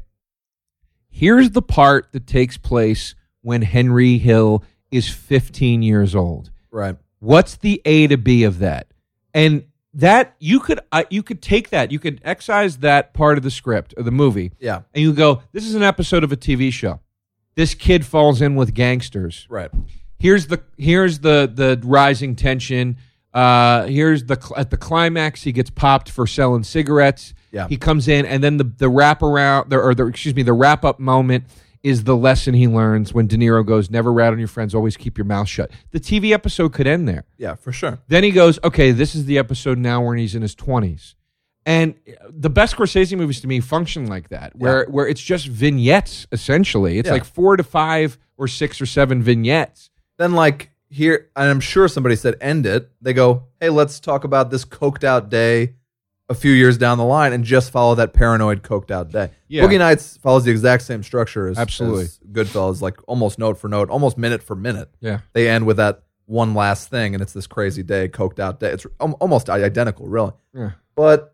A: here's the part that takes place when Henry Hill is 15 years old.
C: Right.
A: What's the A to B of that?" And that you could uh, you could take that you could excise that part of the script of the movie
C: Yeah.
A: and you go, this is an episode of a TV show. This kid falls in with gangsters.
C: Right.
A: Here's the here's the the rising tension. Uh, here's the cl- at the climax he gets popped for selling cigarettes.
C: Yeah.
A: He comes in and then the the wrap around the, or the excuse me the wrap up moment is the lesson he learns when De Niro goes never rat on your friends always keep your mouth shut. The TV episode could end there.
C: Yeah, for sure.
A: Then he goes, okay, this is the episode now when he's in his twenties. And the best Scorsese movies to me function like that, where where it's just vignettes essentially. It's
C: Yeah.
A: like four to five or six or seven vignettes.
C: Then like here and I'm sure somebody said end it. They go, "Hey, let's talk about this coked out day a few years down the line and just follow that paranoid coked out day."
A: Yeah.
C: Boogie Nights follows the exact same structure as
A: Absolutely.
C: as Goodfellas like almost note for note, almost minute for minute.
A: Yeah.
C: they end with that one last thing, and it's this crazy day, coked out day. It's al- almost identical, really.
A: Yeah.
C: But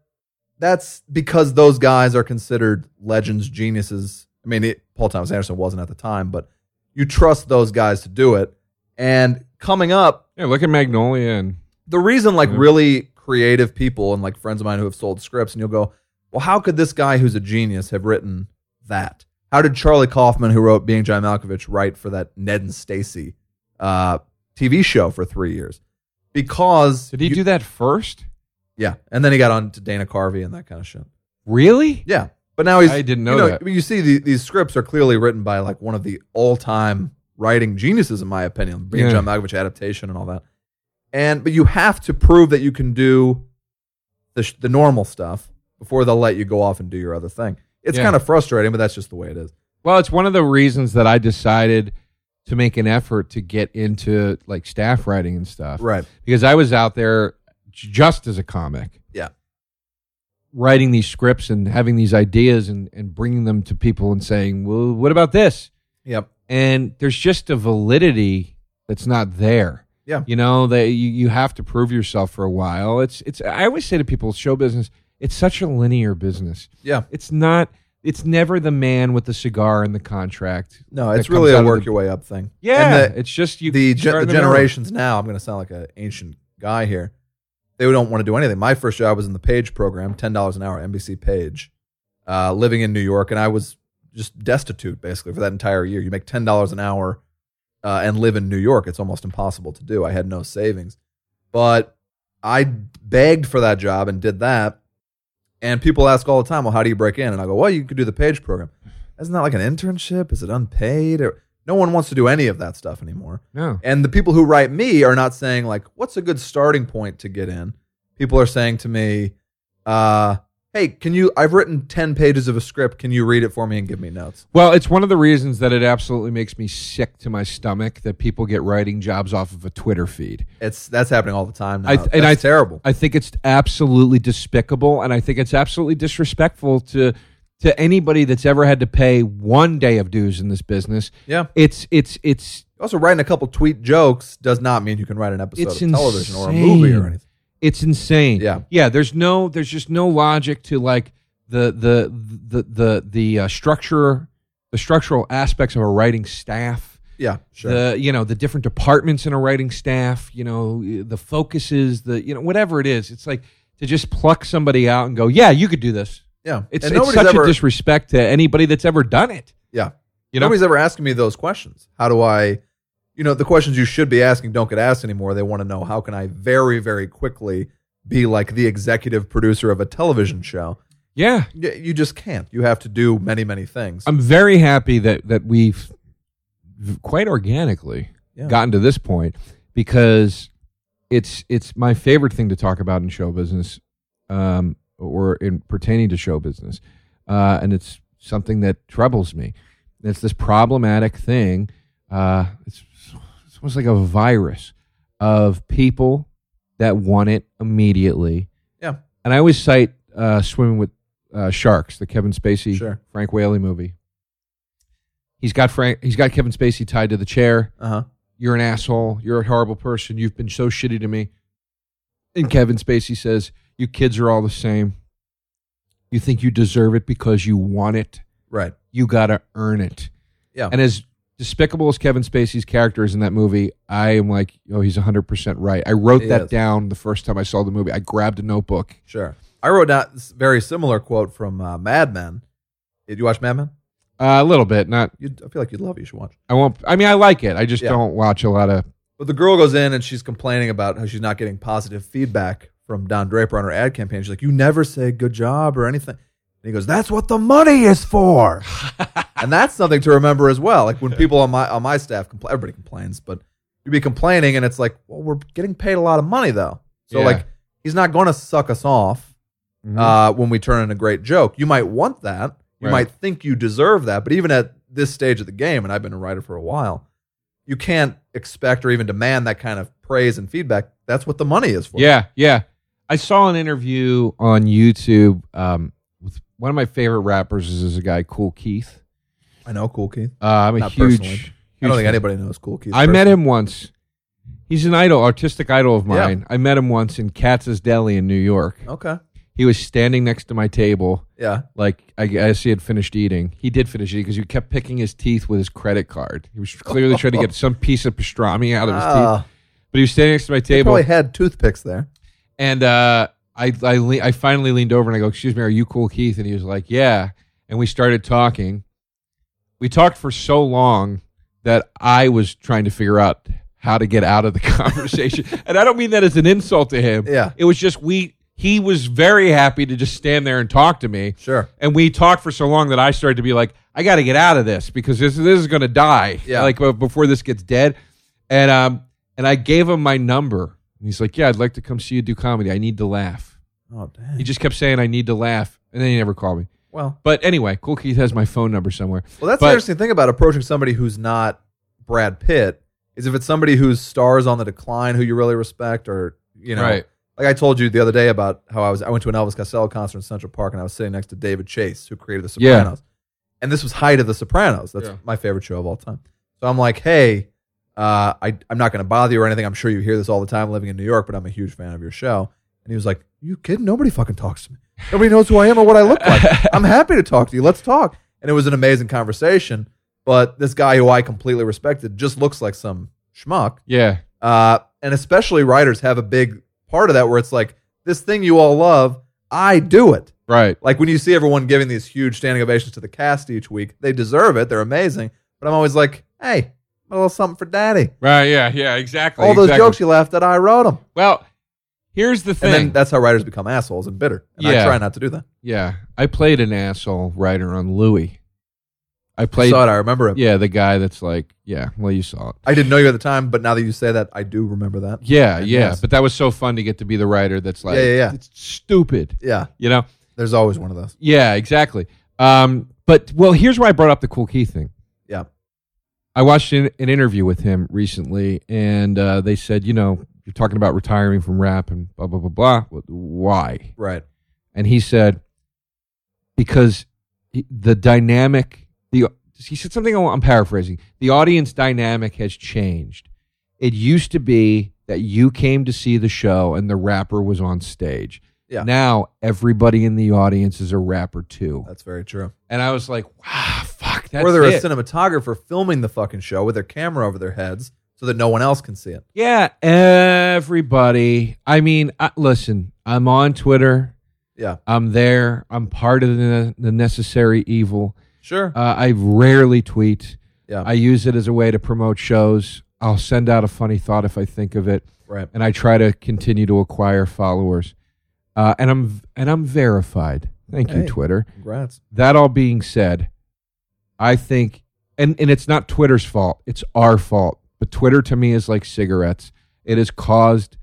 C: that's because those guys are considered legends, geniuses. I mean, it, Paul Thomas Anderson wasn't at the time, but you trust those guys to do it. And coming up,
A: Yeah, look at Magnolia and
C: the reason like
A: Yeah.
C: really creative people and like friends of mine who have sold scripts, and you'll go, well, how could this guy who's a genius have written that? How did Charlie Kaufman, who wrote Being John Malkovich, write for that Ned and Stacy uh, TV show for three years? Because
A: Did he
C: you-
A: do that first?
C: yeah, and then he got on to Dana Carvey and that kind of shit.
A: Really?
C: Yeah, but now he's
A: I didn't know
C: you
A: that.
C: I mean, You see, the, these scripts are clearly written by like one of the all-time writing geniuses, in my opinion, being
A: Yeah.
C: John Malkovich adaptation and all that. And but you have to prove that you can do the sh- the normal stuff before they'll let you go off and do your other thing. It's
A: Yeah.
C: kind of frustrating, but that's just the way it is.
A: Well, it's one of the reasons that I decided to make an effort to get into like staff writing and stuff.
C: Right.
A: because I was out there j- just as a comic.
C: Yeah.
A: Writing these scripts and having these ideas and, and bringing them to people and saying, well, what about this?
C: Yep.
A: And there's just a validity that's not there.
C: Yeah.
A: You know, that you, you have to prove yourself for a while. It's, it's, I always say to people, show business, it's such a linear business.
C: Yeah.
A: It's not, it's never the man with the cigar and the contract.
C: No,
A: that
C: it's really
A: comes out
C: a
A: of
C: work
A: the-
C: your way up thing.
A: Yeah.
C: And the,
A: it's just you.
C: the,
A: start
C: gen-
A: in
C: the
A: middle.
C: generations now, I'm going to sound like an ancient guy here. They don't want to do anything. My first job was in the Page program, ten dollars an hour, NBC Page, uh, living in New York, and I was just destitute basically for that entire year. You make ten dollars an hour uh, and live in New York; it's almost impossible to do. I had no savings, but I begged for that job and did that. And people ask all the time, "Well, how do you break in?" And I go, "Well, you could do the Page program. Isn't that like an internship? Is it unpaid?" Or no one wants to do any of that stuff anymore.
A: No.
C: And the people who write me are not saying like, "What's a good starting point to get in?" People are saying to me, uh, hey, can you? I've written ten pages of a script. Can you read it for me and give me notes?
A: Well, it's one of the reasons that it absolutely makes me sick to my stomach that people get writing jobs off of a Twitter feed.
C: It's that's happening all the time now.
A: I-
C: that's
A: and I-
C: terrible.
A: I think it's absolutely despicable, and I think it's absolutely disrespectful to to anybody that's ever had to pay one day of dues in this business.
C: yeah.
A: It's it's it's
C: Also, writing a couple tweet jokes does not mean you can write an episode
A: It's
C: of television or a
A: insane.
C: movie or anything.
A: it's insane.
C: Yeah.
A: yeah. There's no there's just no logic to like the the the the the uh, structure the structural aspects of a writing staff.
C: Yeah, sure.
A: The you know the different departments in a writing staff. You know the focuses. The you know whatever it is. It's like to just pluck somebody out and go, yeah, you could do this.
C: yeah,
A: It's,
C: And
A: it's
C: nobody's
A: such
C: ever,
A: a disrespect to anybody that's ever done it.
C: Yeah,
A: You know?
C: nobody's ever asking me those questions. How do I? You know, the questions you should be asking don't get asked anymore. They want to know how can I very, very quickly be like the executive producer of a television show.
A: Yeah.
C: Y- You just can't. You have to do many, many things.
A: I'm very happy that, that we've quite organically
C: Yeah.
A: gotten to this point because it's it's my favorite thing to talk about in show business um, or in pertaining to show business. Uh, and it's something that troubles me. It's this problematic thing. Uh, it's, it's almost like a virus of people that want it immediately.
C: Yeah.
A: And I always cite uh, Swimming with uh, Sharks, the Kevin Spacey,
C: Sure.
A: Frank Whaley movie. He's got Frank. He's got Kevin Spacey tied to the chair.
C: Uh huh.
A: You're an asshole. You're a horrible person. You've been so shitty to me. And Kevin Spacey says, "You kids are all the same. You think you deserve it because you want it.
C: Right.
A: You gotta earn it."
C: Yeah.
A: And as despicable as Kevin Spacey's character is in that movie, I am like, oh, he's 100% right. I wrote
C: He
A: that
C: is.
A: down the first time I saw the movie. I grabbed a notebook.
C: Sure. I wrote down this very similar quote from uh, Mad Men. Did you watch Mad Men?
A: Uh, a little bit, not.
C: You'd, I feel like you'd love it. You should watch. it.
A: I won't. I mean, I like it. I just
C: Yeah.
A: don't watch a lot of.
C: But the girl goes in and she's complaining about how she's not getting positive feedback from Don Draper on her ad campaign. She's like, "You never say good job or anything." And he goes, "That's what the money
A: [laughs]
C: is for." and that's something to remember as well. Like when people on my on my staff complain, everybody complains, but you'd be complaining, and it's like, "Well, we're getting paid a lot of money though." So
A: Yeah. Mm-hmm.
C: like, he's not going to suck us off uh, when we turn in a great joke. You might want that. You
A: Right.
C: might think you deserve that. But even at this stage of the game, and I've been a writer for a while, you can't expect or even demand that kind of praise and feedback. That's what the money is for.
A: Yeah, yeah. I saw an interview on YouTube um, with one of my favorite rappers is, is a guy Cool Keith.
C: I know Cool Keith.
A: Uh, I'm a
C: Not
A: huge.
C: personally.
A: huge
C: I don't think
A: fan.
C: anybody knows Cool Keith.
A: I met him once. He's an idol, artistic idol of
C: Yeah.
A: mine. I met him once in Katz's Deli in New York.
C: Okay.
A: He was standing next to my table.
C: Yeah.
A: Like I guess he had finished eating. He did finish eating because he kept picking his teeth with his credit card. He was clearly trying
C: [laughs]
A: to get some piece of pastrami out of his teeth.
C: Ah,
A: But he was standing next to my table,
C: probably had toothpicks there.
A: and uh, I I, le- I finally leaned over and I go, "Excuse me, are you cool, Keith?" And he was like, "Yeah." And we started talking. We talked for so long that I was trying to figure out how to get out of the [laughs] conversation, and I don't mean that as an insult to him.
C: Yeah.
A: it was just we. He was very happy to just stand there and talk to me.
C: Sure.
A: And we talked for so long that I started to be like, I got to get out of this because this this is going to die.
C: Yeah.
A: Like be- before this gets dead, and um and I gave him my number. And he's like, Yeah, I'd like to come see you do comedy. I need to laugh.
C: Oh
A: He
C: damn.
A: just kept saying, I need to laugh, and then he never called me.
C: Well,
A: But anyway, Cool Keith has my phone number somewhere.
C: well, that's
A: But-
C: the interesting thing about approaching somebody who's not Brad Pitt is if it's somebody whose stars on the decline, who you really respect, or you know,
A: right.
C: Like I told you the other day about how I was I went to an Elvis Costello concert in Central Park and I was sitting next to David Chase who created The
A: Yeah.
C: Sopranos. And this was height of The Sopranos. That's
A: Yeah.
C: my favorite show of all time. So I'm like, hey, uh, I I'm not going to bother you or anything. I'm sure you hear this all the time living in New York, but I'm a huge fan of your show. And he was like, you kidding? Nobody fucking talks to me. Nobody knows who I am or what I look
A: [laughs]
C: like. I'm happy to talk to you. Let's talk. And it was an amazing conversation. But this guy who I completely respected just looks like some schmuck.
A: Yeah.
C: Uh, and especially writers have a big part of that where it's like, this thing you all love, I do it.
A: Right.
C: Like when you see everyone giving these huge standing ovations to the cast each week, they deserve it. They're amazing. But I'm always like, hey, a little something for daddy.
A: Right. Yeah. Yeah. Exactly.
C: All those
A: Oh, exactly.
C: jokes you laughed at, I wrote them.
A: Well, here's the
C: And then
A: thing.
C: that's how writers become assholes and bitter. And I
A: Yeah.
C: try not to do that.
A: yeah, I played an asshole writer on Louie. I
C: I
A: played.
C: saw it. I remember it.
A: Yeah, the guy that's like, yeah. Well, you saw it.
C: I didn't know you at the time, but now that you say that, I do remember that.
A: Yeah,
C: And
A: yeah.
C: yes.
A: But that was so fun to get to be the writer that's like,
C: Yeah, yeah, yeah.
A: it's stupid,
C: Yeah.
A: you know?
C: There's always one of those.
A: Yeah, exactly. Um, but well, here's why I brought up the Cool Key thing.
C: Yeah.
A: I watched an, an interview with him recently, and uh, they said, you know, you're talking about retiring from rap and blah blah blah blah. Wh- Why?
C: Right.
A: And he said, because he- the dynamic, the he said something. I'm paraphrasing. The audience dynamic has changed. It used to be that you came to see the show and the rapper was on stage.
C: Yeah.
A: Now everybody in the audience is a rapper too.
C: That's very true.
A: And I was like, wow, fuck, that's
C: or they're
A: it.
C: a cinematographer filming the fucking show with their camera over their heads so that no one else can see it.
A: yeah, everybody. I mean, I, listen, I'm on Twitter.
C: Yeah.
A: I'm there. I'm part of the, the necessary evil.
C: Sure.
A: Uh, I rarely tweet.
C: Yeah.
A: I use it as a way to promote shows. I'll send out a funny thought if I think of it,
C: right.
A: and I try to continue to acquire followers. Uh, and I'm and I'm verified. Thank you,
C: Hey.
A: Twitter.
C: Congrats.
A: That all being said, I think, and, and it's not Twitter's fault, it's our fault. But Twitter to me is like cigarettes. It has caused,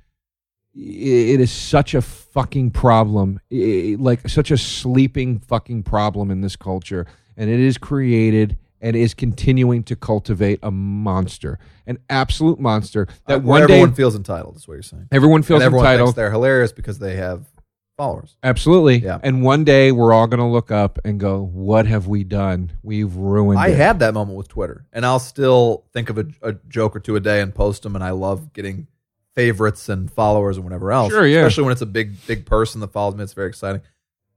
A: i- it is such a fucking problem, i- i- like such a sleeping fucking problem in this culture. And it is created and is continuing to cultivate a monster, an absolute monster that
C: Uh, where
A: one day
C: everyone
A: everyone,
C: feels entitled is what you're saying.
A: feels
C: and everyone
A: entitled.
C: thinks they're hilarious because they have followers.
A: Absolutely.
C: Yeah.
A: And one day we're all going to look up and go, what have we done? We've ruined
C: I
A: it.
C: had that moment with Twitter, and I'll still think of a, a joke or two a day and post them. And I love getting favorites and followers and whatever else.
A: Sure, yeah.
C: Especially when it's a big, big person that follows me. It's very exciting.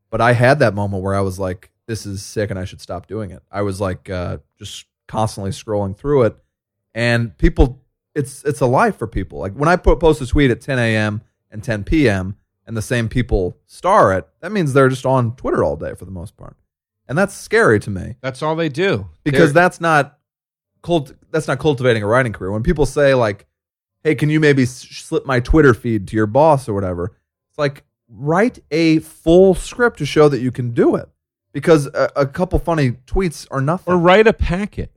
C: But I had that moment where I was like, "This is sick," and I should stop doing it. I was like, uh, just constantly scrolling through it, and people, it's it's a life for people. Like when I put post a tweet at 10 a.m. and 10 p.m. and the same people star it, that means they're just on Twitter all day for the most part, and that's scary to me
A: That's all they do.
C: because
A: They're-
C: that's not cult, that's not cultivating a writing career. When people say like, "Hey, can you maybe s- slip my Twitter feed to your boss or whatever?" It's like write a full script to show that you can do it because a, a couple funny tweets are nothing.
A: or write a packet.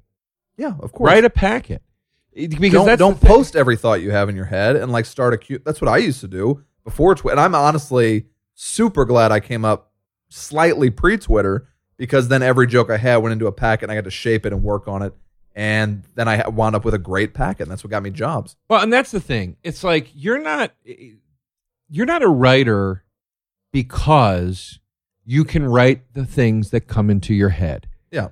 C: yeah, of course.
A: Write a packet. It- Because
C: don't
A: that's the
C: don't
A: thing.
C: post every thought you have in your head and like start a cute. That's what I used to do before Twitter. And I'm honestly super glad I came up slightly pre Twitter because then every joke I had went into a packet and I got to shape it and work on it. And then I wound up with a great packet. And that's what got me jobs.
A: Well, and that's the thing. It's like you're not you're not a writer because you can write the things that come into your head.
C: Yeah.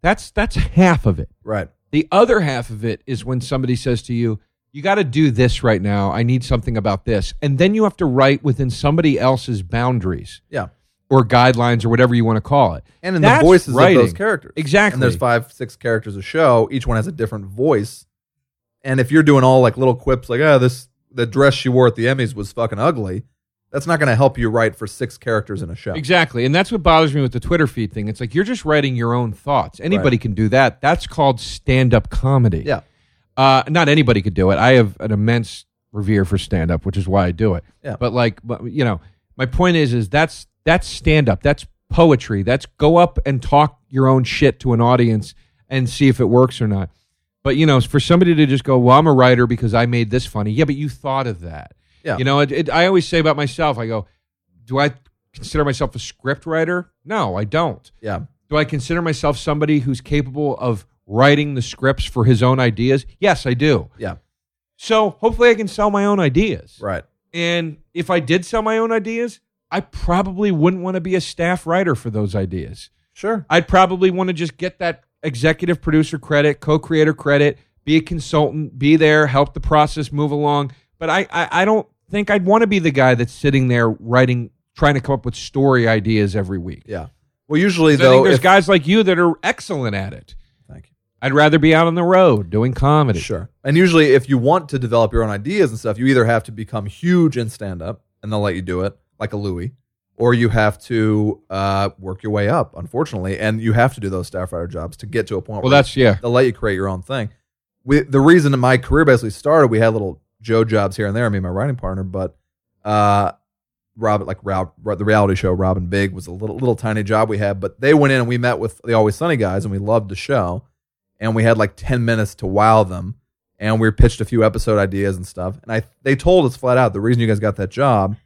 A: That's that's half of it.
C: Right.
A: The other half of it is when somebody says to you, you got to do this right now. I need something about this. And then you have to write within somebody else's boundaries
C: Yeah.
A: or guidelines or whatever you want to call it.
C: And in
A: That's
C: the voices
A: writing.
C: of those characters.
A: Exactly.
C: And there's five, six characters a show. Each one has a different voice. And if you're doing all like little quips like, oh, this the dress she wore at the Emmys was fucking ugly, that's not gonna help you write for six characters in a show.
A: Exactly. And that's what bothers me with the Twitter feed thing. It's like you're just writing your own thoughts. Anybody can do that. That's called stand up comedy.
C: Yeah.
A: Uh, not anybody could do it. I have an immense revere for stand up, which is why I do it.
C: Yeah.
A: But like, but, you know, my point is, is that's that's stand up. That's poetry. That's go up and talk your own shit to an audience and see if it works or not. But you know, for somebody to just go, well, I'm a writer because I made this funny. Yeah, but you thought of that.
C: Yeah.
A: You know, it, it, I always say about myself, I go, do I consider myself a script writer? No, I don't.
C: Yeah.
A: Do I consider myself somebody who's capable of writing the scripts for his own ideas? Yes, I do.
C: Yeah.
A: So hopefully I can sell my own ideas.
C: Right.
A: And if I did sell my own ideas, I probably wouldn't want to be a staff writer for those ideas.
C: Sure.
A: I'd probably want to just get that executive producer credit, co-creator credit, be a consultant, be there, help the process move along. But I, I, I don't think I'd want to be the guy that's sitting there writing, trying to come up with story ideas every week.
C: Yeah. Well, usually
A: 'Cause I think
C: though,
A: there's
C: if-
A: guys like you that are excellent at it.
C: thank you.
A: I'd rather be out on the road doing comedy.
C: Sure. And usually, if you want to develop your own ideas and stuff, you either have to become huge in stand up, and they'll let you do it, like a Louis, or you have to uh, work your way up, unfortunately. And you have to do those staff writer jobs to get to a point
A: Well,
C: where
A: that's yeah.
C: they'll let you create your own thing. We, the reason that my career basically started, we had little Joe jobs here and there, me and my writing partner, but uh, Robin, like Rob, the reality show Robin Big was a little little tiny job we had, but they went in and we met with the Always Sunny guys and we loved the show, and we had like ten minutes to wow them, and we were pitched a few episode ideas and stuff, and I they told us flat out the reason you guys got that job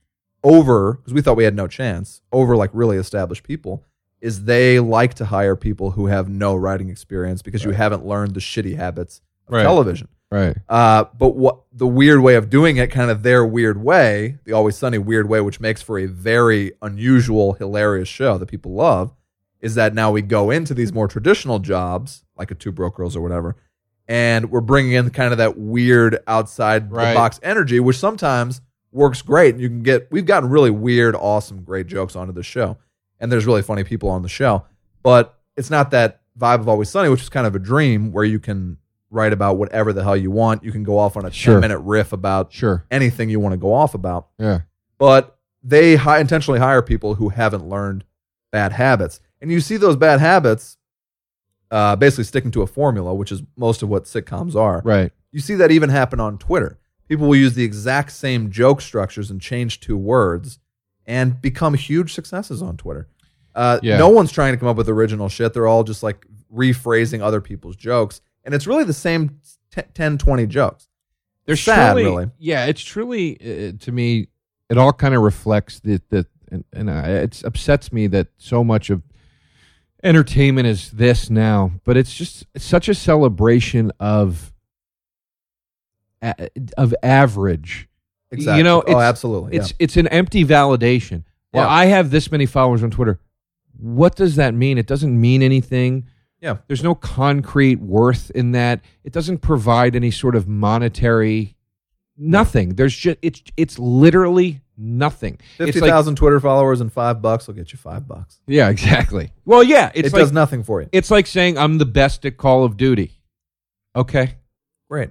C: over because we thought we had no chance over like really established people is they like to hire people who have no writing experience because you haven't learned the shitty habits of
A: Right.
C: television.
A: Right.
C: Uh, but what the weird way of doing it, kind of their weird way, the Always Sunny weird way, which makes for a very unusual, hilarious show that people love, is that now we go into these more traditional jobs, like a Two Broke Girls or whatever, and we're bringing in kind of that weird outside
A: Right.
C: the box energy, which sometimes works great. And you can get, we've gotten really weird, awesome, great jokes onto the show. And there's really funny people on the show. But it's not that vibe of Always Sunny, which is kind of a dream where you can write about whatever the hell you want. You can go off on a
A: Sure.
C: 10 minute riff about
A: Sure.
C: anything you want to go off about.
A: Yeah.
C: But they hi- intentionally hire people who haven't learned bad habits. And you see those bad habits uh, basically sticking to a formula, which is most of what sitcoms are.
A: Right.
C: You see that even happen on Twitter. People will use the exact same joke structures and change two words and become huge successes on Twitter. Uh,
A: Yeah.
C: No one's trying to come up with original shit. They're all just like rephrasing other people's jokes. And it's really the same t- 10, 20 jokes.
A: They're
C: Sad,
A: truly-
C: really.
A: Yeah, it's truly uh, to me. It all kind of reflects that that, and, and I, it upsets me that so much of entertainment is this now, but it's just such a celebration of a- of average.
C: Exactly.
A: You know,
C: oh,
A: it's-
C: absolutely.
A: It's it's an empty validation. Well,
C: Yeah.
A: I have this many followers on Twitter. What does that mean? It doesn't mean anything.
C: yeah. yeah.
A: There's no concrete worth in that. It doesn't provide any sort of monetary nothing. There's just it's it's literally nothing. it's like
C: 50,000 Twitter followers and five bucks will get you five bucks.
A: yeah, exactly. Well, yeah, it's
C: it
A: like
C: does nothing for you.
A: it's like saying I'm the best at Call of Duty. Okay.
C: Great.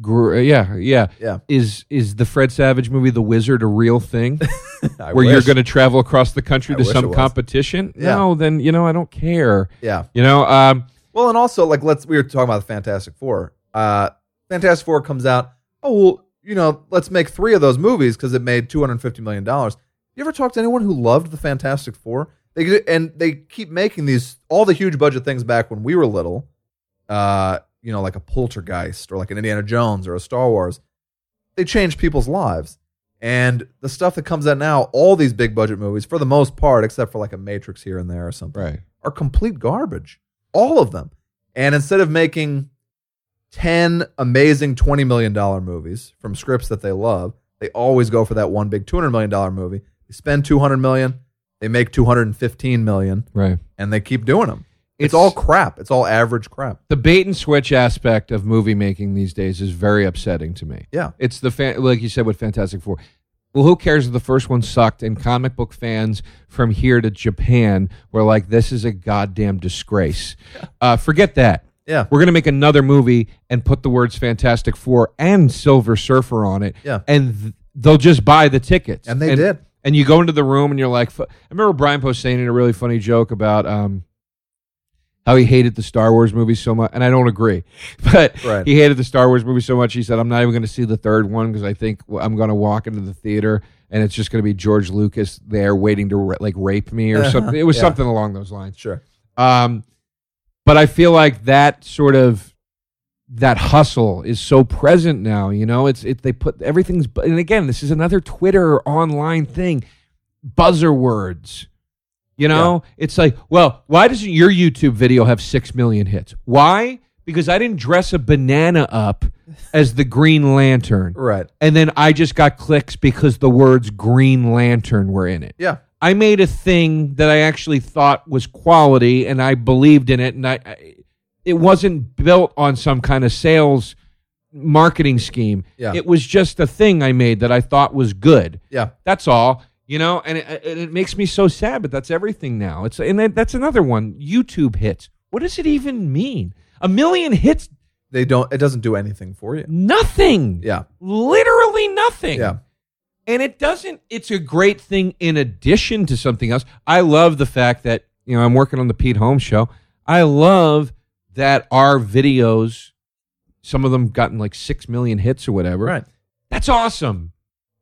A: Gr- yeah, yeah.
C: Yeah.
A: Is is the Fred Savage movie The Wizard a real thing
C: [laughs]
A: [laughs]
C: I
A: where you're
C: wish.
A: going to travel across the country
C: I
A: to
C: wish it
A: some
C: was.
A: competition?
C: Yeah.
A: No, then you know I don't care.
C: Yeah.
A: You know, um
C: Well, and also like let's we were talking about the Fantastic Four. Uh, Fantastic Four comes out. Oh well, you know, let's make three of those movies because it made two hundred fifty million dollars. You ever talk to anyone who loved the Fantastic Four? They get- and they keep making these all the huge budget things back when we were little. Uh, you know, like a Poltergeist or like an Indiana Jones or a Star Wars. They change people's lives. And the stuff that comes out now, all these big budget movies, for the most part, except for like a Matrix here and there or something
A: right.
C: are complete garbage. All of them. And instead of making 10 amazing $20 million movies from scripts that they love, they always go for that one big $200 million movie. They spend 200 million, they make 215 million,
A: Right.
C: and they keep doing them.
A: It's-
C: It's, all crap. It's all average crap.
A: The bait and switch aspect of movie making these days is very upsetting to me.
C: Yeah.
A: It's the fan, like you said with Fantastic Four. Well, who cares if the first one sucked? And comic book fans from here to Japan were like, "This is a goddamn disgrace." Uh, forget that.
C: Yeah.
A: We're gonna make another movie and put the words Fantastic Four and Silver Surfer on it.
C: Yeah.
A: and th- they'll just buy the tickets.
C: And they did.
A: And you go into the room and you're like, fu- I remember Brian Post saying a really funny joke about um, how he hated the Star Wars movies so much, and I don't agree, [laughs] but
C: Right.
A: he hated the Star Wars movie so much. He said, "I'm not even going to see the third one because I think w- I'm going to walk into the theater and it's just going to be George Lucas there waiting to ra- like rape me
C: [laughs]
A: or something." It was
C: Yeah.
A: something along those lines.
C: Sure.
A: Um, but I feel like that sort of that hustle is so present now. You know, it's it they put everything's bu- and again, this is another Twitter online thing, buzzer words. You know, it's like, well, why doesn't your YouTube video have six million hits? Why? Because I didn't dress a banana up as the Green Lantern,
C: Right.
A: and then I just got clicks because the words Green Lantern were in it.
C: Yeah.
A: I made a thing that I actually thought was quality, and I believed in it, and I, I it wasn't built on some kind of sales marketing scheme.
C: Yeah.
A: It was just a thing I made that I thought was good.
C: Yeah.
A: That's all, you know. And it, and it makes me so sad, but that's everything now. It's and that, that's another one. YouTube hits. What does it even mean? A million hits,
C: They don't, it doesn't do anything for you.
A: nothing.
C: Yeah.
A: Literally nothing.
C: Yeah.
A: And it doesn't, it's a great thing in addition to something else. I love the fact that, you know, I'm working on the Pete Holmes show. I love that our videos, some of them gotten like 6 million hits or whatever.
C: Right.
A: That's awesome.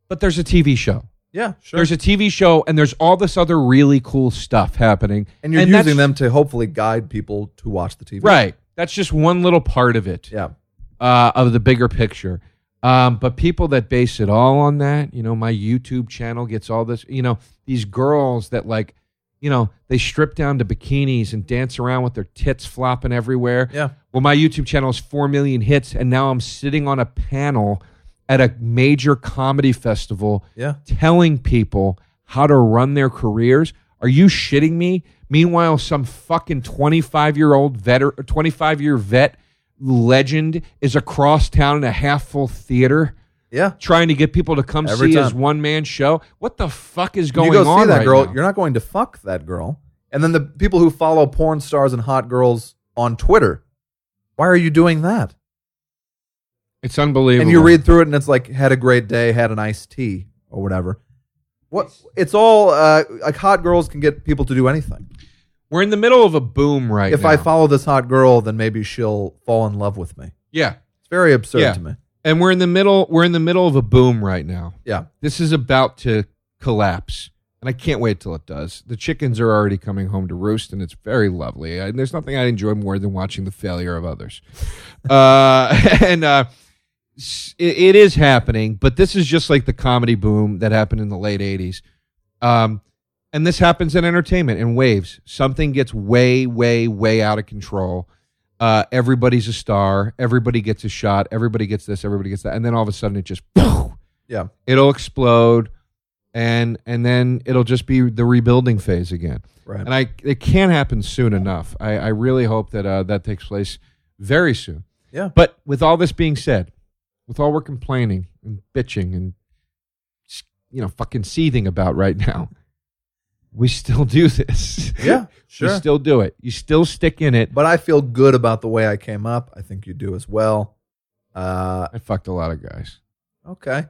A: But there's a TV show.
C: Yeah. Sure.
A: There's a TV show and there's all this other really cool stuff happening.
C: and you're
A: that's-
C: using them to hopefully guide people to watch the TV.
A: Right. That's just one little part of it,
C: Yeah.
A: uh, of the bigger picture. Um, but people that base it all on that, you know, my YouTube channel gets all this, you know, these girls that like, you know, they strip down to bikinis and dance around with their tits flopping everywhere.
C: Yeah.
A: Well, my YouTube channel is 4 million hits, and now I'm sitting on a panel at a major comedy festival
C: Yeah.
A: telling people how to run their careers. Are you shitting me? Meanwhile, some fucking 25 year old vet, 25 year vet legend is across town in a half full theater
C: Yeah.
A: trying to get people to come
C: Every
A: see
C: time.
A: his one man show. What the fuck is going
C: you go
A: on
C: see that
A: right
C: girl,
A: now?
C: you're not going to fuck that girl. And then the people who follow porn stars and hot girls on Twitter, why are you doing that?
A: it's unbelievable.
C: And you read through it, and it's like had a great day, had an iced tea or whatever. What? It's all uh, like hot girls can get people to do anything.
A: We're in the middle of a boom right
C: if
A: now.
C: I follow this hot girl, then maybe she'll fall in love with me.
A: yeah,
C: It's very absurd
A: Yeah.
C: to me.
A: and we're in the middle. We're in the middle of a boom right now.
C: Yeah,
A: this is about to collapse and i can't wait till it does the chickens are already coming home to roost and it's very lovely and there's nothing i enjoy more than watching the failure of others uh, [laughs] and uh, s- it, it is happening but this is just like the comedy boom that happened in the late 80s um, and this happens in entertainment in waves something gets way way way out of control uh, everybody's a star everybody gets a shot everybody gets this everybody gets that and then all of a sudden it just
C: yeah,
A: it'll explode and and then it'll just be the rebuilding phase again
C: right.
A: and i it can't happen soon enough i i really hope that uh that takes place very soon
C: Yeah.
A: but with all this being said with all we're complaining and bitching and s- you know fucking seething about right now we still do this
C: [laughs] yeah,
A: [laughs]
C: sure.
A: we still do it you still stick in it
C: but I feel good about the way I came up. I think you do as well. Uh,
A: i fucked a lot of guys [laughs]
C: okay,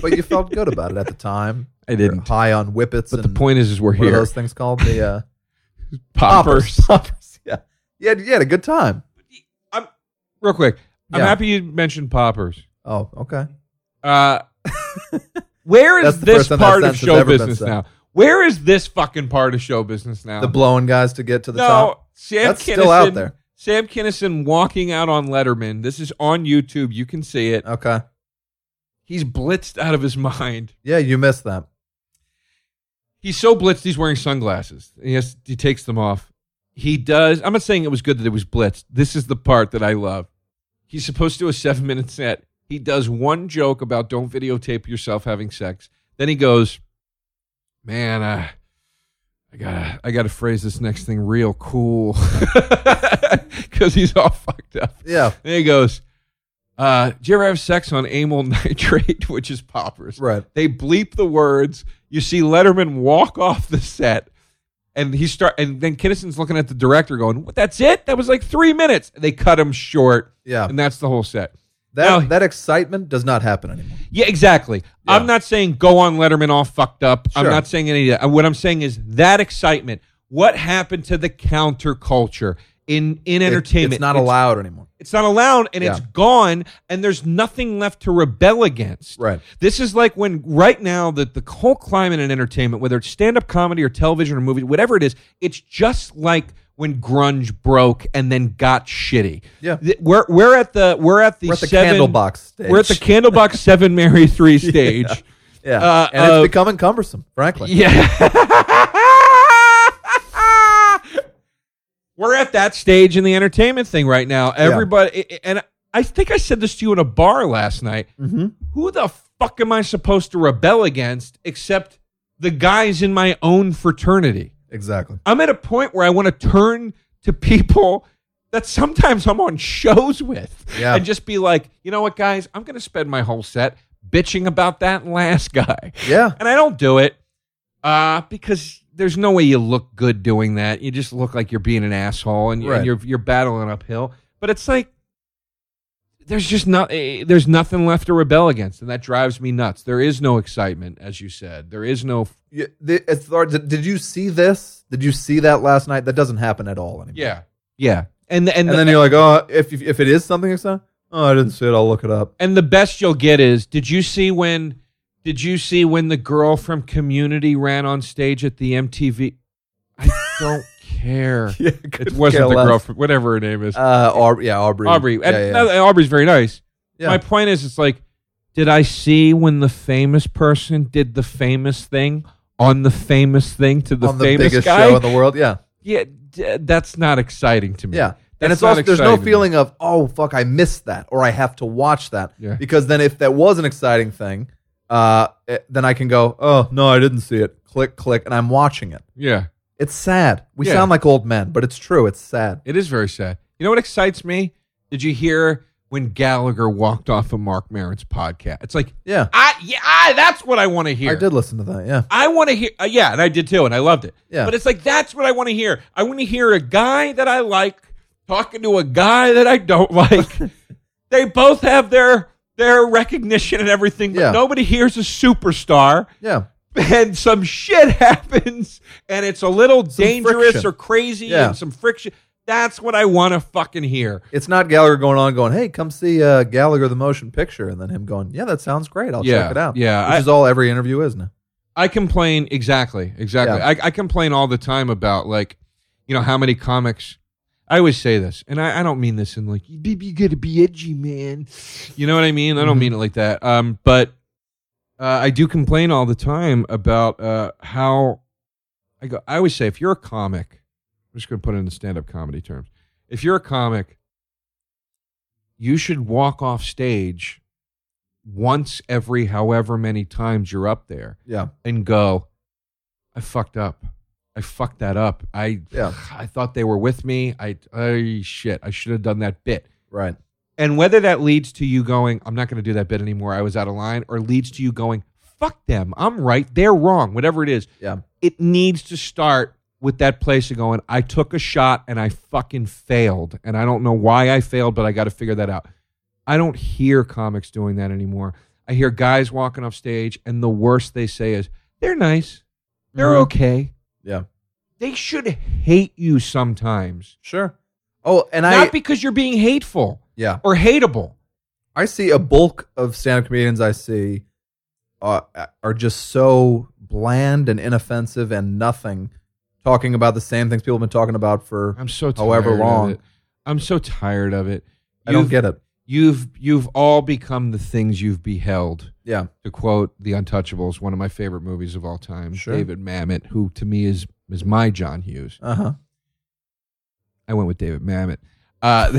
C: but you felt good about it at the time.
A: i
C: You're
A: didn't
C: high on whippets.
A: but the
C: and
A: point is is we're
C: what are
A: here
C: those things called? The uh,
A: [laughs] poppers
C: Poppers. Yeah, you had, you had a good time.
A: real quick i'm
C: Yeah.
A: happy you mentioned poppers
C: Oh, okay.
A: Uh, [laughs] where is
C: That's the
A: this
C: first time that
A: part of
C: sentence has
A: show
C: ever been
A: business
C: said.
A: now? Where is this fucking part of show business now?
C: The blowing guys to get to the
A: no,
C: top.
A: Sam
C: That's
A: Kinison,
C: still out there.
A: Sam Kinison walking out on Letterman. This is on YouTube. You can see it.
C: Okay.
A: He's blitzed out of his [laughs] mind.
C: Yeah, you missed that.
A: He's so blitzed. He's wearing sunglasses. Yes, he takes them off. He does. I'm not saying it was good that it was blitzed. This is the part that I love. He's supposed to do a seven minute set. He does one joke about don't videotape yourself having sex. Then he goes, "Man, uh, I gotta, I gotta phrase this next thing real cool [laughs] because he's all fucked up."
C: Yeah,
A: And he goes, uh, "Do you ever have sex on amyl [laughs] nitrate, which is poppers?"
C: right.
A: They bleep the words. You see Letterman walk off the set, and he start. And then Kinnison's looking at the director, going, "What? That's it? That was like three minutes." And they cut him short,
C: Yeah.
A: and that's the whole set.
C: That
A: Now-
C: that excitement does not happen anymore.
A: Yeah, exactly. I'm not saying go on Letterman all fucked up. I'm
C: Sure.
A: not saying any of that. What I'm saying is that excitement. What happened to the counterculture in in
C: It-
A: entertainment?
C: it's not allowed anymore.
A: It's not allowed, and it's
C: Yeah.
A: gone, and there's nothing left to rebel against.
C: Right.
A: This is like when right now the, the whole climate in entertainment, whether it's stand up comedy or television or movie, whatever it is, it's just like when grunge broke and then got shitty.
C: Yeah.
A: Th- We're we're at the we're at the,
C: We're at the
A: seven,
C: candle box stage.
A: We're at the
C: [laughs]
A: Candlebox seven Mary three stage.
C: Yeah,
A: Uh,
C: and it's
A: uh,
C: becoming cumbersome, frankly.
A: Yeah. We're at that stage in the entertainment thing right now. Everybody, i- i- and I think I said this to you in a bar last night. Who the fuck am I supposed to rebel against except the guys in my own fraternity?
C: Exactly.
A: I'm at a point where I want to turn to people that sometimes I'm on shows with
C: Yeah.
A: and just be like, you know what, guys, I'm going to spend my whole set bitching about that last guy
C: Yeah,
A: and I don't do it uh, because there's no way you look good doing that. You just look like you're being an asshole, and,
C: Right.
A: and you're you're battling uphill. But it's like there's just not eh, there's nothing left to rebel against, and that drives me nuts. There is no excitement, as you said. There is no
C: You- the- it's hard to- did you see this? Did you see that last night? That doesn't happen at all anymore.
A: yeah yeah. And and
C: and,
A: the,
C: then you're like, oh, if if- if it is something exciting, oh, I didn't see it. I'll look it up. [laughs]
A: and the best you'll get is did you see when did you see when the girl from Community ran on stage at the MTV? I don't [laughs]
C: [laughs]
A: care.
C: Yeah,
A: It wasn't the girl from whatever her name is.
C: Uh, Aub- yeah, Aubrey.
A: Aubrey.
C: Yeah,
A: And
C: yeah.
A: no, Aubrey's very nice.
C: Yeah.
A: My point is, it's like Did I see when the famous person did the famous thing on the famous thing to the
C: on the
A: famous
C: biggest
A: guy?
C: show in the world. Yeah,
A: yeah, d- that's not exciting to me.
C: yeah.
A: That's
C: and it's
A: not
C: also there's no
A: exciting to me.
C: feeling of oh fuck I missed that or I have to watch that
A: Yeah.
C: because then if that was an exciting thing, uh, eh, then I can go oh no I didn't see it click click and I'm watching it.
A: Yeah,
C: It's sad. We
A: Yeah.
C: sound like old men, but it's true. It's sad.
A: it is very sad. You know what excites me? Did you hear when Gallagher walked off of Mark Maron's podcast? It's like,
C: Yeah,
A: I yeah, I, that's what I want to hear.
C: I did listen to that. Yeah,
A: I want to hear, uh, yeah, and I did too, and I loved it.
C: Yeah.
A: But it's like, that's what I want to hear. I want to hear a guy that I like talking to a guy that I don't [laughs]
C: [laughs]
A: like. they both have their their recognition and everything, but
C: Yeah.
A: nobody here's a superstar.
C: yeah.
A: And some shit [laughs] happens, and it's a little dangerous
C: friction.
A: or crazy,
C: Yeah.
A: and some friction. That's what I want to fucking hear.
C: It's not Gallagher going on going hey come see uh, Gallagher the motion picture and then him going yeah that sounds great I'll
A: Yeah,
C: check it out.
A: yeah,
C: which
A: I-
C: is all every interview is now.
A: I complain exactly, exactly.
C: Yeah.
A: I, I complain all the time about like, you know, how many comics. I always say this, and I, I don't mean this in like, you, you gotta be edgy, man. You know what I mean? I don't
C: Mhm.
A: mean it like that. Um, but uh, I do complain all the time about uh, how I go. I always say, if you're a comic, I'm just gonna put it in stand-up comedy terms. If you're a comic, you should walk off stage once every however many times you're up there
C: Yeah,
A: and go, I fucked up. I fucked that up. I
C: Yeah.
A: I thought they were with me. I I shit. I should have done that bit.
C: right.
A: And whether that leads to you going, I'm not going to do that bit anymore. I was out of line, or leads to you going, fuck them. I'm right. They're wrong. Whatever it is,
C: Yeah.
A: it needs to start with that place of going, I took a shot and I fucking failed. And I don't know why I failed, but I got to figure that out. I don't hear comics doing that anymore. I hear guys walking off stage, and the worst they say is, they're nice. They're
C: Mhm.
A: okay.
C: Yeah.
A: They should hate you sometimes.
C: Sure. Oh, and I
A: Not because you're being hateful
C: yeah,
A: or hateable.
C: I see a bulk of stand-up comedians I see uh, are just so bland and inoffensive and nothing, talking about the same things people have been talking about for.
A: I'm so tired
C: However
A: Of
C: long.
A: it. I'm so tired of it.
C: I don't
A: You've-
C: get it.
A: You've you've all become the things you've beheld.
C: Yeah,
A: To quote The Untouchables, one of my favorite movies of all time,
C: Sure.
A: David Mamet, who to me is is my John Hughes.
C: uh huh.
A: I went with David Mamet. Uh, [laughs]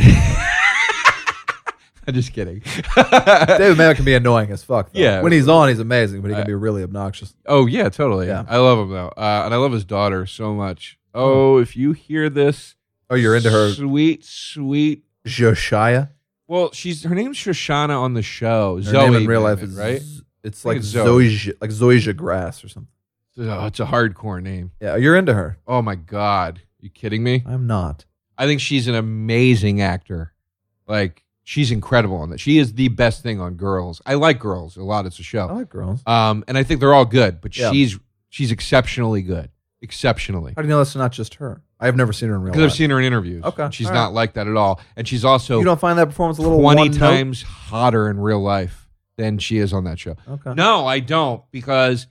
A: I'm just kidding. [laughs]
C: David Mamet can be annoying as fuck. Though.
A: Uh, Yeah.
C: when he's on, he's amazing, but he can
A: I-
C: be really obnoxious.
A: Oh yeah, totally.
C: Yeah.
A: I love him though, uh, and I love his daughter so much. Oh, if you hear this,
C: Hmm. Oh, you're into her,
A: sweet, sweet.
C: Josiah.
A: Well, she's her name's Shoshana on the show.
C: Her
A: Zoe
C: name in real life
A: Mamet,
C: is
A: right.
C: It's
A: I think
C: like
A: it's Zoe.
C: Zoja, like Zoja Grass or something.
A: Oh, it's a hardcore name.
C: Yeah, you're into her.
A: Oh my god, you kidding me?
C: I'm not.
A: I think she's an amazing actor. Like she's incredible on that. She is the best thing on Girls. I like Girls a lot. It's a
C: I
A: show,
C: like girls.
A: um, and I think they're all good, but
C: Oh. Yeah.
A: she's she's exceptionally good, exceptionally.
C: How do you know that's not just her? I've never seen her in real
A: Because I've
C: life.
A: seen her in interviews.
C: Okay,
A: she's
C: all
A: not
C: right.
A: like that at all, and she's also
C: you don't find that performance a little
A: 20
C: one note?
A: times hotter in real life than she is on that show.
C: Okay.
A: No, I don't because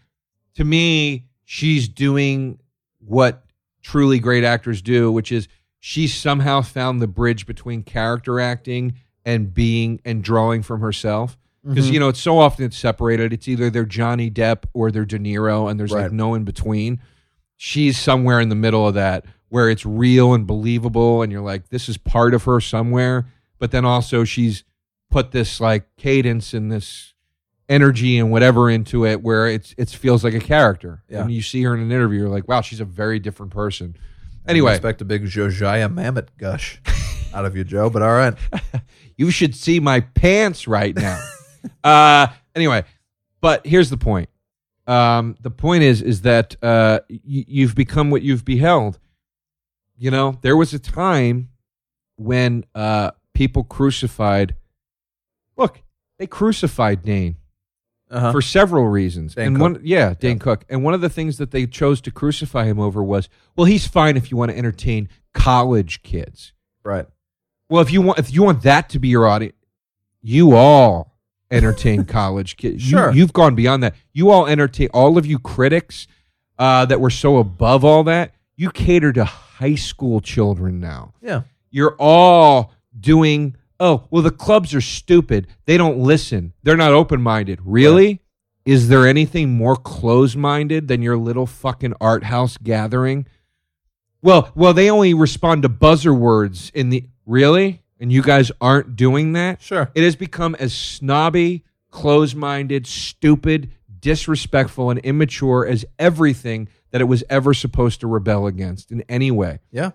A: to me she's doing what truly great actors do, which is she somehow found the bridge between character acting and being and drawing from herself.
C: Mm-hmm.
A: Because you know it's so often it's separated. It's either they're Johnny Depp or they're De Niro, and there's like
C: Right.
A: no in between. She's somewhere in the middle of that where it's real and believable, and you're like, this is part of her somewhere. But then also she's put this like cadence and this energy and whatever into it where it's it feels like a character.
C: Yeah.
A: And you see her in an interview, you're like, wow, she's a very different person.
C: I didn't
A: Anyway,
C: expect a big Josiah
A: [laughs]
C: Mammoth gush out of you, Joe. But all right,
A: you should see my pants right now. uh, anyway, but here's the point. Um, the point is, is that uh, y- you've become what you've beheld. You know, there was a time when uh, people crucified. Look, they crucified Dane
C: uh-huh.
A: for several reasons.
C: Dane
A: and
C: Cook.
A: one, yeah, Dane Cook. And one of the things that they chose to crucify him over was, well, he's fine if you want to entertain college kids.
C: right.
A: Well, if you want, if you want that to be your audience, you all entertain college kids. You-
C: Sure.
A: you've gone beyond that. You all entertain all of you critics uh, that were so above all that. You cater to high school children now.
C: Yeah,
A: You're all doing oh, well, the clubs are stupid. They don't listen. They're not open minded. Really? Is there anything more closed minded than your little fucking art house gathering? Well, well, they only respond to buzzer words in the really, and you guys aren't doing that.
C: Sure.
A: It has become as snobby, closed minded, stupid, disrespectful, and immature as everything that it was ever supposed to rebel against in any way.
C: Yeah.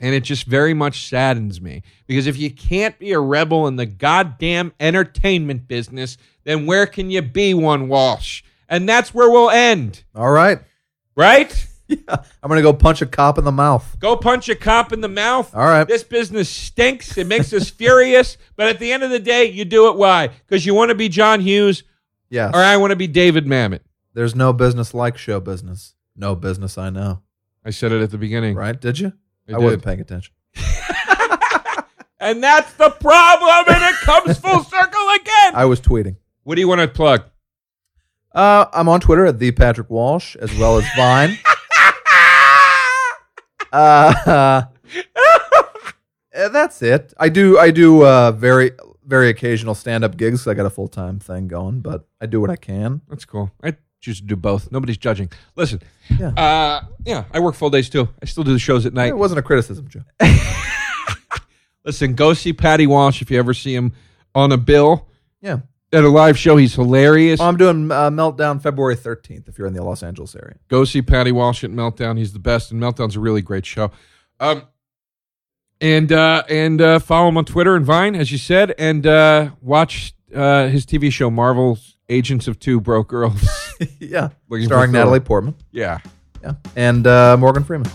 A: And it just very much saddens me because if you can't be a rebel in the goddamn entertainment business, then where can you be one, Walsh? And that's where we'll end,
C: All right.
A: right?
C: Yeah. I'm gonna go punch a cop in the mouth.
A: Go punch a cop in the mouth.
C: All right.
A: This business stinks. It makes us furious. But at the end of the day, you do it. Why? Because you want to be John Hughes
C: Yes.
A: or I want to be David Mamet.
C: There's no business like show business. No business I know.
A: I said it at the beginning.
C: Right? Did you?
A: I
C: I wasn't
A: did.
C: paying attention.
A: And that's the problem. And it comes
C: [laughs]
A: full circle again.
C: I was tweeting.
A: What do you want to plug?
C: Uh, I'm on Twitter at the Patrick Walsh as well as Vine. uh, uh, that's it. I do. I do uh, very very occasional stand up gigs. 'cause I got a full time thing going, but I do what I can.
A: That's cool. I choose to do both. Nobody's judging. Listen,
C: Yeah.
A: uh, yeah, I work full days too. I still do the shows at night.
C: It wasn't a criticism, Joe.
A: Listen, go see Patty Walsh if you ever see him on a bill
C: Yeah.
A: at a live show. He's hilarious.
C: Well, I'm doing uh, Meltdown February 13th. If you're in the Los Angeles area,
A: go see Patty Walsh at Meltdown. He's the best, and Meltdown's a really great show. Um, and uh, and uh, follow him on Twitter and Vine, as you said, and uh, watch uh, his TV show Marvel's Agents of Two Broke Girls. [laughs]
C: yeah,
A: Looking for
C: starring
A: Thor.
C: Natalie Portman,
A: yeah.
C: yeah, and uh, Morgan Freeman.